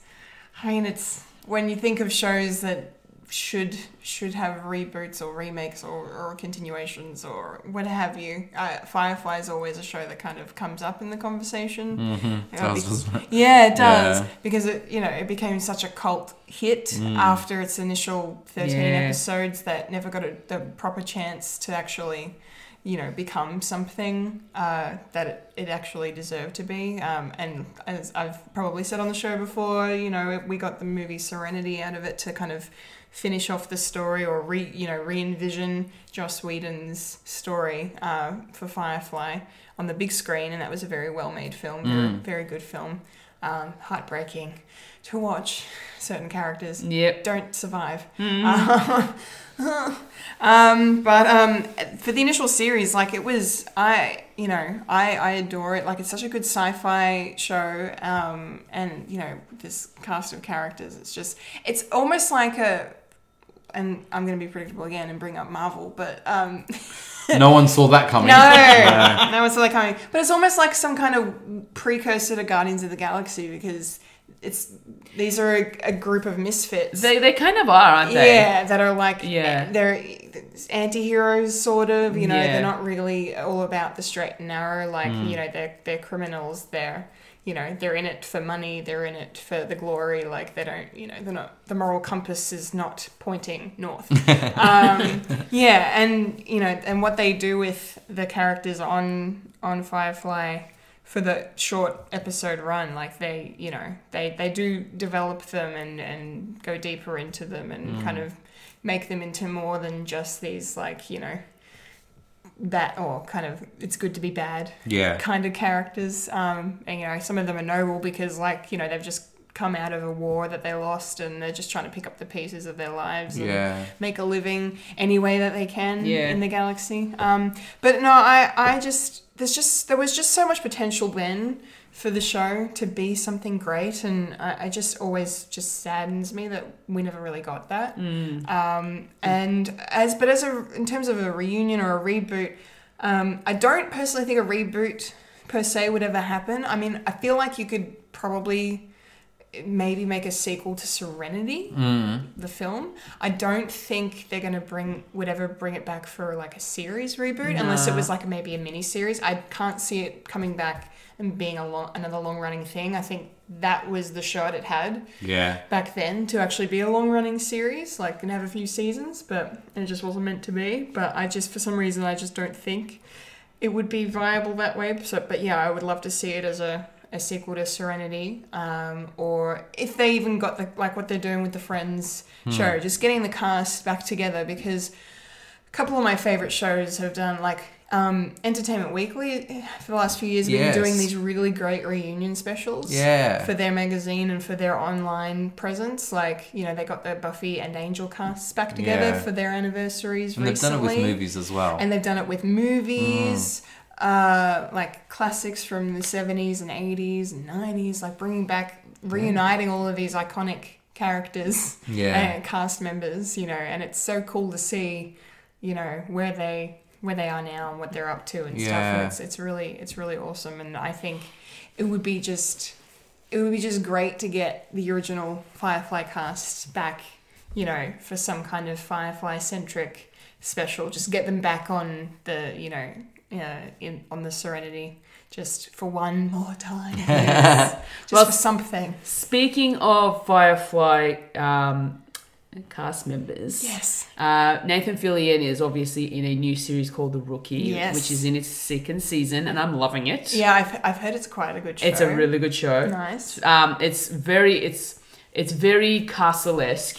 I mean, it's when you think of shows that should should have reboots or remakes or, or continuations or what have you. Uh, Firefly is always a show that kind of comes up in the conversation. Mm-hmm.
Does, doesn't it?
Yeah, it does
Yeah.
because it you know it became such a cult hit
Mm.
after its initial thirteen
Yeah.
episodes that never got a, the proper chance to actually you know become something uh, that it, it actually deserved to be. Um, and as I've probably said on the show before, you know we got the movie Serenity out of it to kind of finish off the story or re you know re envision Joss Whedon's story uh, for Firefly on the big screen, and that was a very well made film, very, very good film. Um, heartbreaking to watch certain characters
Yep.
don't survive. um, but um, for the initial series, like it was, I you know I I adore it. Like it's such a good sci-fi show, um, and you know this cast of characters. It's just it's almost like a. And I'm going to be predictable again and bring up Marvel, but um, [laughs]
No one saw that coming. [laughs]
no, no one saw that coming. But it's almost like some kind of precursor to Guardians of the Galaxy because it's these are a, a group of misfits.
They, they kind of are, aren't they?
Yeah, that are like
Yeah.
they're anti-heroes sort of, you know,
Yeah.
they're not really all about the straight and narrow like, you know, they're they're criminals, they're you know, they're in it for money, they're in it for the glory, like they don't, you know, they're not the moral compass is not pointing north. um, yeah, and you know, and what they do with the characters on on Firefly for the short episode run like they you know they they do develop them and and go deeper into them and kind of make them into more than just these like you know that or kind of it's good to be bad
Yeah.
kind of characters um and you know some of them are noble because like you know they've just come out of a war that they lost and they're just trying to pick up the pieces of their lives and
Yeah.
make a living any way that they can
Yeah.
in the galaxy. Um, but no, I, I just there's just there was just so much potential then for the show to be something great, and I, I just always just saddens me that we never really got that. Um, and as but as a in terms of a reunion or a reboot, um, I don't personally think a reboot per se would ever happen. I mean, I feel like you could probably maybe make a sequel to Serenity, the film. I don't think they're going to bring would ever bring it back for like a series reboot, unless it was like maybe a mini series. I can't see it coming back and being a long, another long running thing. I think that was the shot it had
Yeah.
back then to actually be a long running series, like and have a few seasons, but it just wasn't meant to be. But I just for some reason I just don't think it would be viable that way. So but yeah, I would love to see it as a a sequel to Serenity, um, or if they even got the like what they're doing with the Friends
Hmm.
show, just getting the cast back together because a couple of my favorite shows have done like um, Entertainment Weekly for the last few years
Yes.
been doing these really great reunion specials.
Yeah.
For their magazine and for their online presence, like you know they got their Buffy and Angel casts back together
Yeah.
for their anniversaries
And they've done
recently.
it with movies Mm. as well.
And they've done it with movies, uh, like classics from the 70s and 80s and 90s, like bringing back, reuniting all of these iconic characters
[laughs] Yeah.
and cast members, you know, and it's so cool to see, you know, where they where they are now and what they're up to and stuff.
Yeah.
And it's it's really it's really awesome and I think it would be just it would be just great to get the original Firefly cast back, you know, for some kind of Firefly centric special. Just get them back on the, you know, uh, in, on the Serenity, just for one more
[laughs]
time. just
Well,
for something.
Speaking of Firefly um, cast members,
Yes.
uh, Nathan Fillion is obviously in a new series called The Rookie,
Yes.
which is in its second season, and I'm loving it.
Yeah, I've, I've heard it's quite a good show.
it's a really good show.
nice.
Um, it's very it's it's very castle-esque,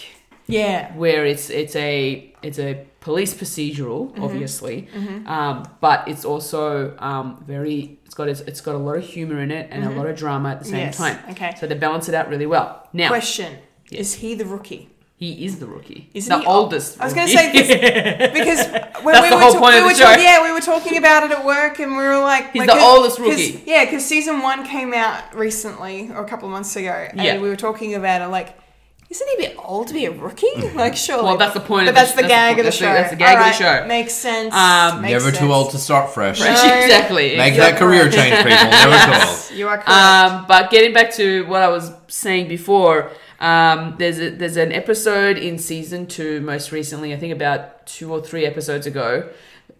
Yeah.
where it's it's a it's a police procedural,
Mm-hmm.
obviously, um, but it's also um, very it's got it's got a lot of humor in it and a lot of drama at the same
Mm-hmm. Yes,
time.
okay.
so they balance it out really well. Now.
Question. Is he the rookie?
He is the rookie.
Isn't
the
he old?
oldest.
I was going to
rookie.
say this because when
That's
we
the
were,
whole
ta-
point
we
of
were
the
ta-
show.
yeah, we were talking about it at work, and we were like,
He's
like,
the
'cause-
oldest
'cause-
rookie.
yeah, because season one came out recently or a couple of months ago, and
Yeah.
we were talking about it like. Isn't he a bit old to be a rookie? [laughs] Like, surely.
Mm-hmm. Well, that's the point
But
of the-
that's the
that's the
gag
point-
of the
that's the-
show.
that's the gag of the
Alright,
show.
Makes sense.
Um,
makes
Never too
sense.
old to start fresh.
[laughs]
[laughs]
exactly.
Make
exactly.
that career change, people. Never
[laughs]
too old.
You are correct.
[laughs] Um, but getting back to what I was saying before, um, there's a, there's an episode in season two, most recently, I think about two or three episodes ago.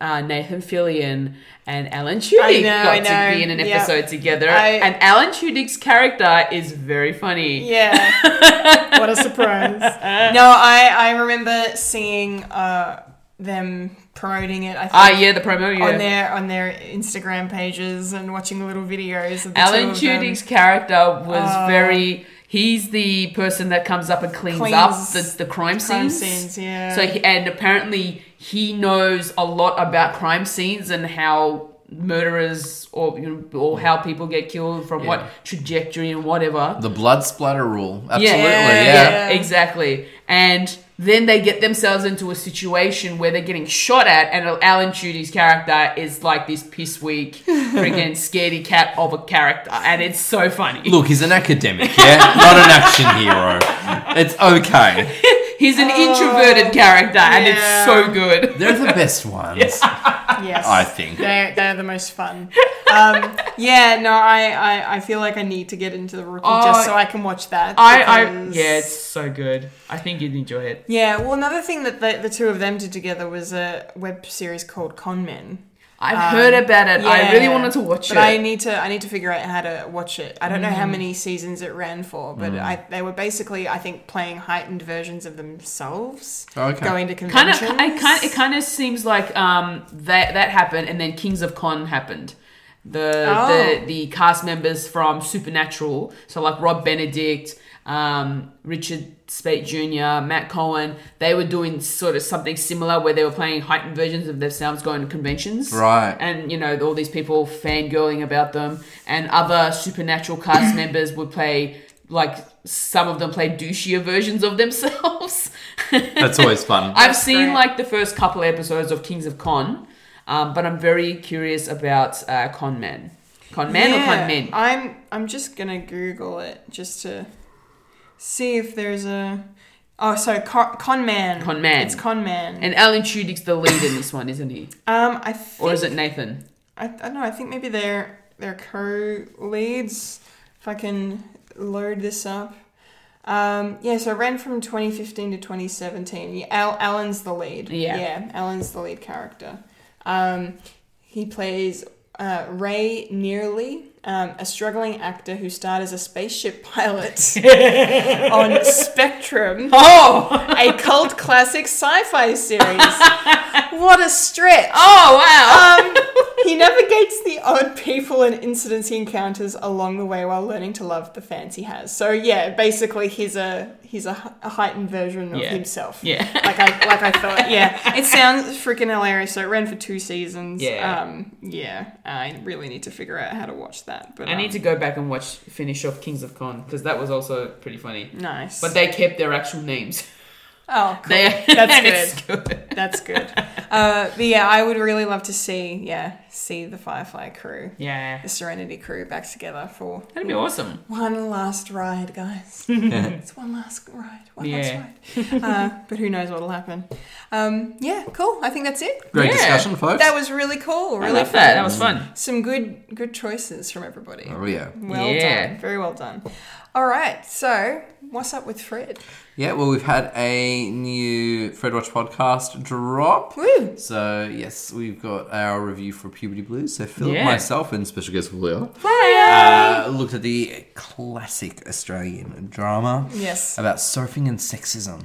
Uh, Nathan Fillion and Alan Tudyk
know,
got
I
to
know.
be in an
Yeah.
episode together,
I-
and Alan Tudyk's character is very funny.
Yeah. [laughs] what a surprise. No, I, I remember seeing uh, them promoting it. I think.
Ah, yeah, the promo.
On
Yeah.
their on their Instagram pages and watching little videos of the
Alan
two of them. Oh.
Tudyk's character was very. He's the person that comes up and cleans,
Cleans
up the, the crime scenes.
crime scenes, yeah.
So he, and apparently he knows a lot about crime scenes and how murderers or you know, or how people get killed from
Yeah.
what trajectory and whatever.
The blood splatter rule. Absolutely.
Yeah,
yeah.
Yeah.
exactly. And then they get themselves into a situation where they're getting shot at, and Alan Tudyk's character is like this piss
[laughs]
weak, freaking scaredy cat of a character, and it's so funny.
Look, he's an academic, yeah? Not an action hero. It's okay.
He's an introverted character, and it's
Oh, yeah.
so good.
They're the best ones,
yes.
I think.
They're, they're the most
[laughs]
fun. Um, yeah, no, I, I, I feel like I need to get into the rookie
Oh,
just so I can watch that.
I, I,
because-
yeah, it's so good. I think you'd enjoy it.
yeah. Well, another thing that the, the two of them did together was a web series called Con Men.
I've heard about it. I really
Um, Yeah.
wanted to watch
but
it. Mm.
I need to I need to figure out how to watch it. I don't know how many seasons it ran for, but I, they were basically I think playing heightened versions of themselves.
Okay.
Going to
kind
conventions.
of, I kind, it kind of seems like um that that happened, and then Kings of Con happened. The
Oh.
the the cast members from Supernatural, so like Rob Benedict, um, Richard Spate Jr., Matt Cohen, they were doing sort of something similar where they were playing heightened versions of themselves going to conventions,
Right.
And you know all these people fangirling about them, and other Supernatural
[coughs]
cast members would play like some of them play douchier versions of themselves.
That's always
[laughs]
fun.
I've seen
great.
like the first couple episodes of Kings of Con, um, but I'm very curious about uh, Con Men. Con Men or Con Men?
I'm I'm just gonna Google it just to see if there's a oh so con, con man
Con Man.
it's con man
and Alan Tudyk's the lead in this one, isn't he?
um I think,
Or is it Nathan?
I, I don't know I think maybe they're they're co leads if I can load this up um yeah so it ran from 2015 to 2017 yeah, Al, Alan's the lead
Yeah.
yeah Alan's the lead character um He plays uh, Ray Nearly, um, a struggling actor who starred as a spaceship [laughs]
[laughs]
pilot on Spectrum,
Oh! [laughs]
a cult
[laughs]
classic sci fi series. what a stretch!
Oh, wow!
Um, He navigates the odd people and incidents he encounters along the way while learning to love the fans he has. So yeah, basically he's a he's a, h- a heightened version of
Yeah.
himself.
Yeah.
[laughs] like I like I thought.
[laughs]
Yeah, it sounds freaking hilarious. So it ran for two seasons.
Yeah.
um, yeah. I really need to figure out how to watch that. But um,
I need to go back and watch finish off Kings of Con because that was also pretty funny.
Nice.
But they kept their actual names.
oh, cool.
They, [laughs] and
that's
it's
good. That's
[laughs]
good. Uh, but yeah, I would really love to see yeah see the Firefly crew,
Yeah,
the Serenity crew back together for
that'd be awesome.
one last ride,
[laughs]
guys. it's one last ride. One
Yeah.
last ride. Uh, but who knows what'll happen? Um, yeah, cool. I think that's it.
Great
Yeah.
discussion, folks.
That was really cool.
I
Really
love
fun.
that. That was fun.
Some good good choices from everybody.
Oh, yeah.
Well
Yeah.
done. Very well done. All right. So what's up with Fred?
Yeah, well, we've had a new Fred Watch podcast drop.
Woo.
So, yes, we've got our review for Puberty Blues. So, Philip,
Yeah.
myself, and special guest Julio uh, looked at the classic Australian drama
Yes.
about surfing and sexism.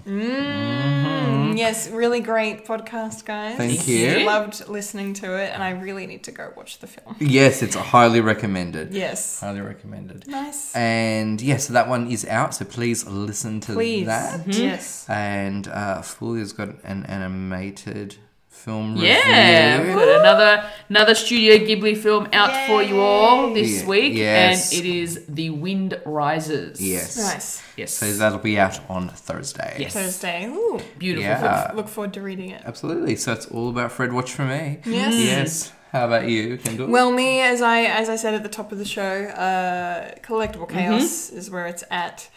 Um, Yes. Really great podcast, guys.
Thank you.
Loved listening to it, and I really need to go watch the film.
Yes, it's highly recommended.
Yes.
Highly recommended.
Nice.
And yes, so that one is out, so please listen to
Please. Mm-hmm.
that.
Mm-hmm.
Yes.
And uh, Fulia's got an animated film
Yeah,
review.
we've got another another Studio Ghibli film out for you all this
Yeah.
week,
Yes.
and it is The Wind Rises.
Yes.
Nice.
yes,
So that'll be out on Thursday.
Yes.
Thursday. Ooh.
beautiful.
Yeah.
Look forward to reading it.
Absolutely. So it's all about Fred Watch for me.
Yes.
Yes. How about you, Kendall?
Well, me as I as I said at the top of the show, uh, collectible
Mm-hmm.
chaos is where it's at.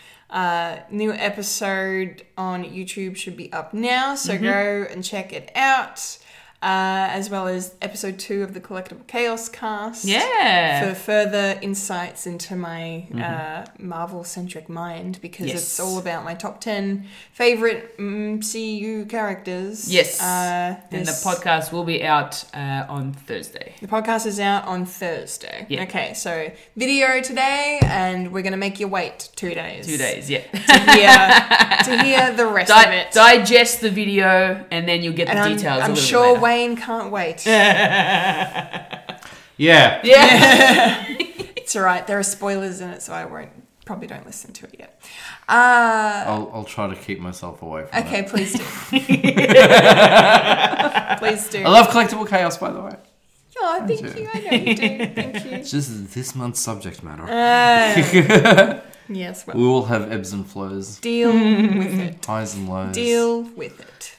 Uh, new episode on YouTube should be up now, so
Mm-hmm.
go and check it out. Uh, as well as episode two of the collectible chaos cast.
Yeah. Mm-hmm.
For further insights into my uh, Marvel centric mind, because it's
Yes.
all about my top ten favorite MCU characters.
Yes,
Uh,
and the
this-
podcast will be out uh, on Thursday.
the podcast is out on Thursday.
Yeah.
Okay, so video today, and we're gonna make you wait two days.
Two
[laughs]
days, yeah.
to hear to hear the rest of
Di-
it.
digest the video, and then you'll get
and
the
I'm,
details. a
I'm
little bit
sure
later.
Wayne can't wait.
yeah.
Yeah.
it's alright. There are spoilers in it, so I won't probably don't listen to it yet. Uh,
I'll, I'll try to keep myself away from
okay,
it.
please
[laughs]
do. please do.
I
Oh.
love collectible chaos, by the way.
oh, thank you. I know you do.
[laughs]
Thank you.
It's just this month's subject matter.
Uh, Yes.
we
Well,
all have ebbs and flows,
deal
Mm.
with it.
highs and lows.
deal with it.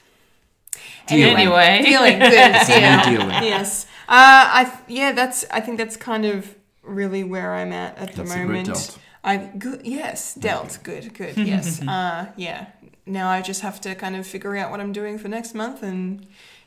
Deal.
Anyway.
dealing good. Yeah.
New dealing.
Yes. Uh, I th- yeah. That's I think that's kind of really where I'm at at the
That's a great
moment.
dealt.
I good. Yes, dealt. Good.
[laughs]
Good. Yes. uh, yeah. Now I just have to kind of figure out what I'm doing for next month and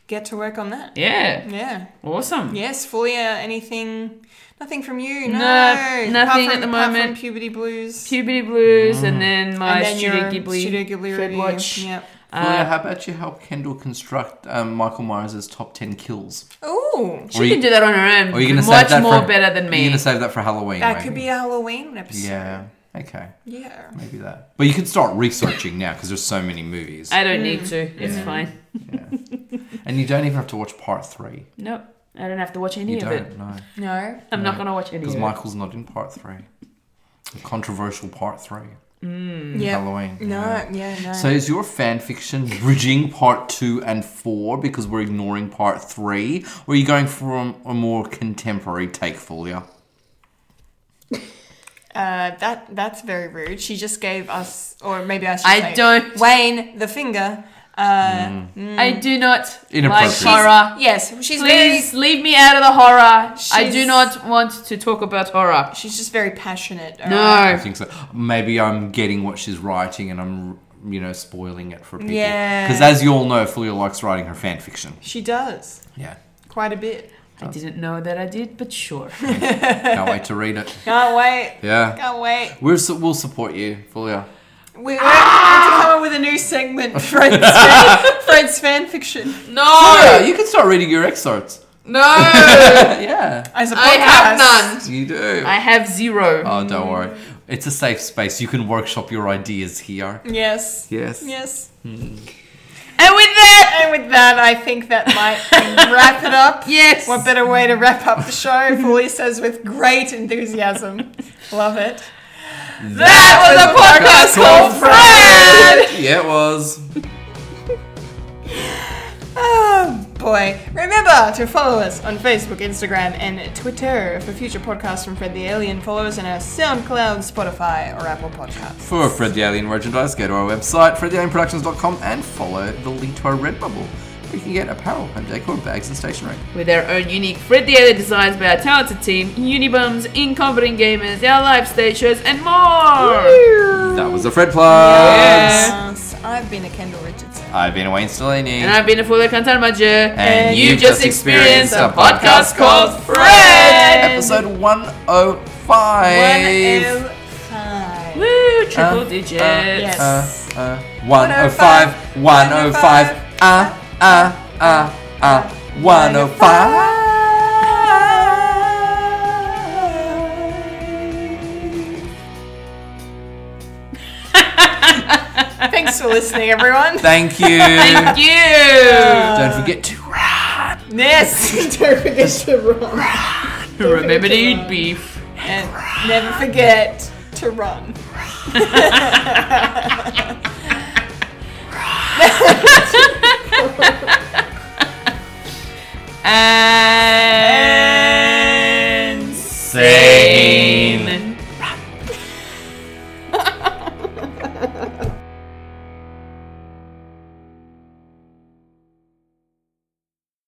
get to work on that.
[laughs] yeah.
Yeah.
Awesome.
Yes, Fulia, anything? Nothing from you? No.
nothing
apart
at
from,
the
apart from
moment.
puberty blues.
Puberty Blues,
Mm.
and then my
and then
Studio
your
Ghibli,
Studio Ghibli
Fred
review.
Watch.
Yep.
Fulia, how about you help Kendall construct um, Michael Myers' top 10 kills?
Oh,
She can do that on her
Or
own.
are you going to save
much
that
more
for,
better than
You're
me.
going to save that for Halloween.
that
maybe.
could be a Halloween episode.
Yeah. Okay.
Yeah.
Maybe that. But you can start researching now because there's so many movies.
I don't need to. It's fine.
And you don't even have to watch part three.
Nope. I don't have to watch any
You
of
don't,
it.
no.
No.
I'm not gonna watch any of
Because
it.
Michael's not in part three. A controversial part three.
Mm. Yeah.
Halloween.
No.
yeah.
Yeah. No.
So is your fan fiction bridging part two and four because we're ignoring part three, or are you going for a, a more contemporary take, Fulia?
Uh, that that's very rude. She just gave us, or maybe I should
I
say,
don't-
Wayne the finger. Uh,
I do not like
Inappropriate.
horror.
yes, she's
Uh, Please
very.
leave me out of the horror. I do
She's-
not want to talk about horror.
She's just very passionate. all right?
I
No.
think so. Maybe I'm getting what she's writing and I'm, you know, spoiling it for people.
Yeah.
Because as you all know, Fulia likes writing her fan fiction.
she does
Yeah.
quite a bit.
I didn't know that I did, but [laughs] sure.
Can't wait to read it.
Can't wait.
Yeah.
Can't wait.
We're, su- we'll support you, Fulia.
We we
Ah!
have to come up with a new segment, [laughs] Fred's,
[laughs]
fan, Fred's fan fiction
Yeah,
No!
you can start reading your excerpts.
No!
Yeah.
as a podcast.
I have none.
You do.
I have zero.
oh, don't worry. It's a safe space. You can workshop your ideas here.
Yes.
Yes.
Hmm.
Yes.
And with that,
And with that, I think that
[laughs]
might wrap it up.
Yes.
What better way to wrap up the show? [laughs] Fully says with great enthusiasm. Love it. That was a podcast called Fred!
Yeah, it was.
Oh boy. Remember to follow us on Facebook, Instagram, and Twitter for future podcasts from Fred the Alien. Follow us on our SoundCloud, Spotify, or Apple Podcasts.
For Fred the Alien merchandise, go to our website, fredthealienproductions.com, and follow the link to our Redbubble, where you can get apparel, home decor, bags, and stationery.
With their own unique Fred the Alien designs by our talented team, Unibums, Incompetent Gamers, our live stations, and more!
That was the Fred Plugs.
Yes, I've been a Kendall Richardson.
I've been Wayne Stellini.
And I've been a Fuller Content Manager,
And you've just experienced a podcast called
Fred!
Episode 105.
105.
Woo, triple
Uh,
digits.
Yes.
Uh, uh, 105, 105, uh, uh, uh, uh, 105.
Thanks for [laughs] listening, everyone.
Thank you.
Thank you!
Don't forget to ride.
Yes, don't forget to run.
Remember to eat beef.
And never forget to run.
And.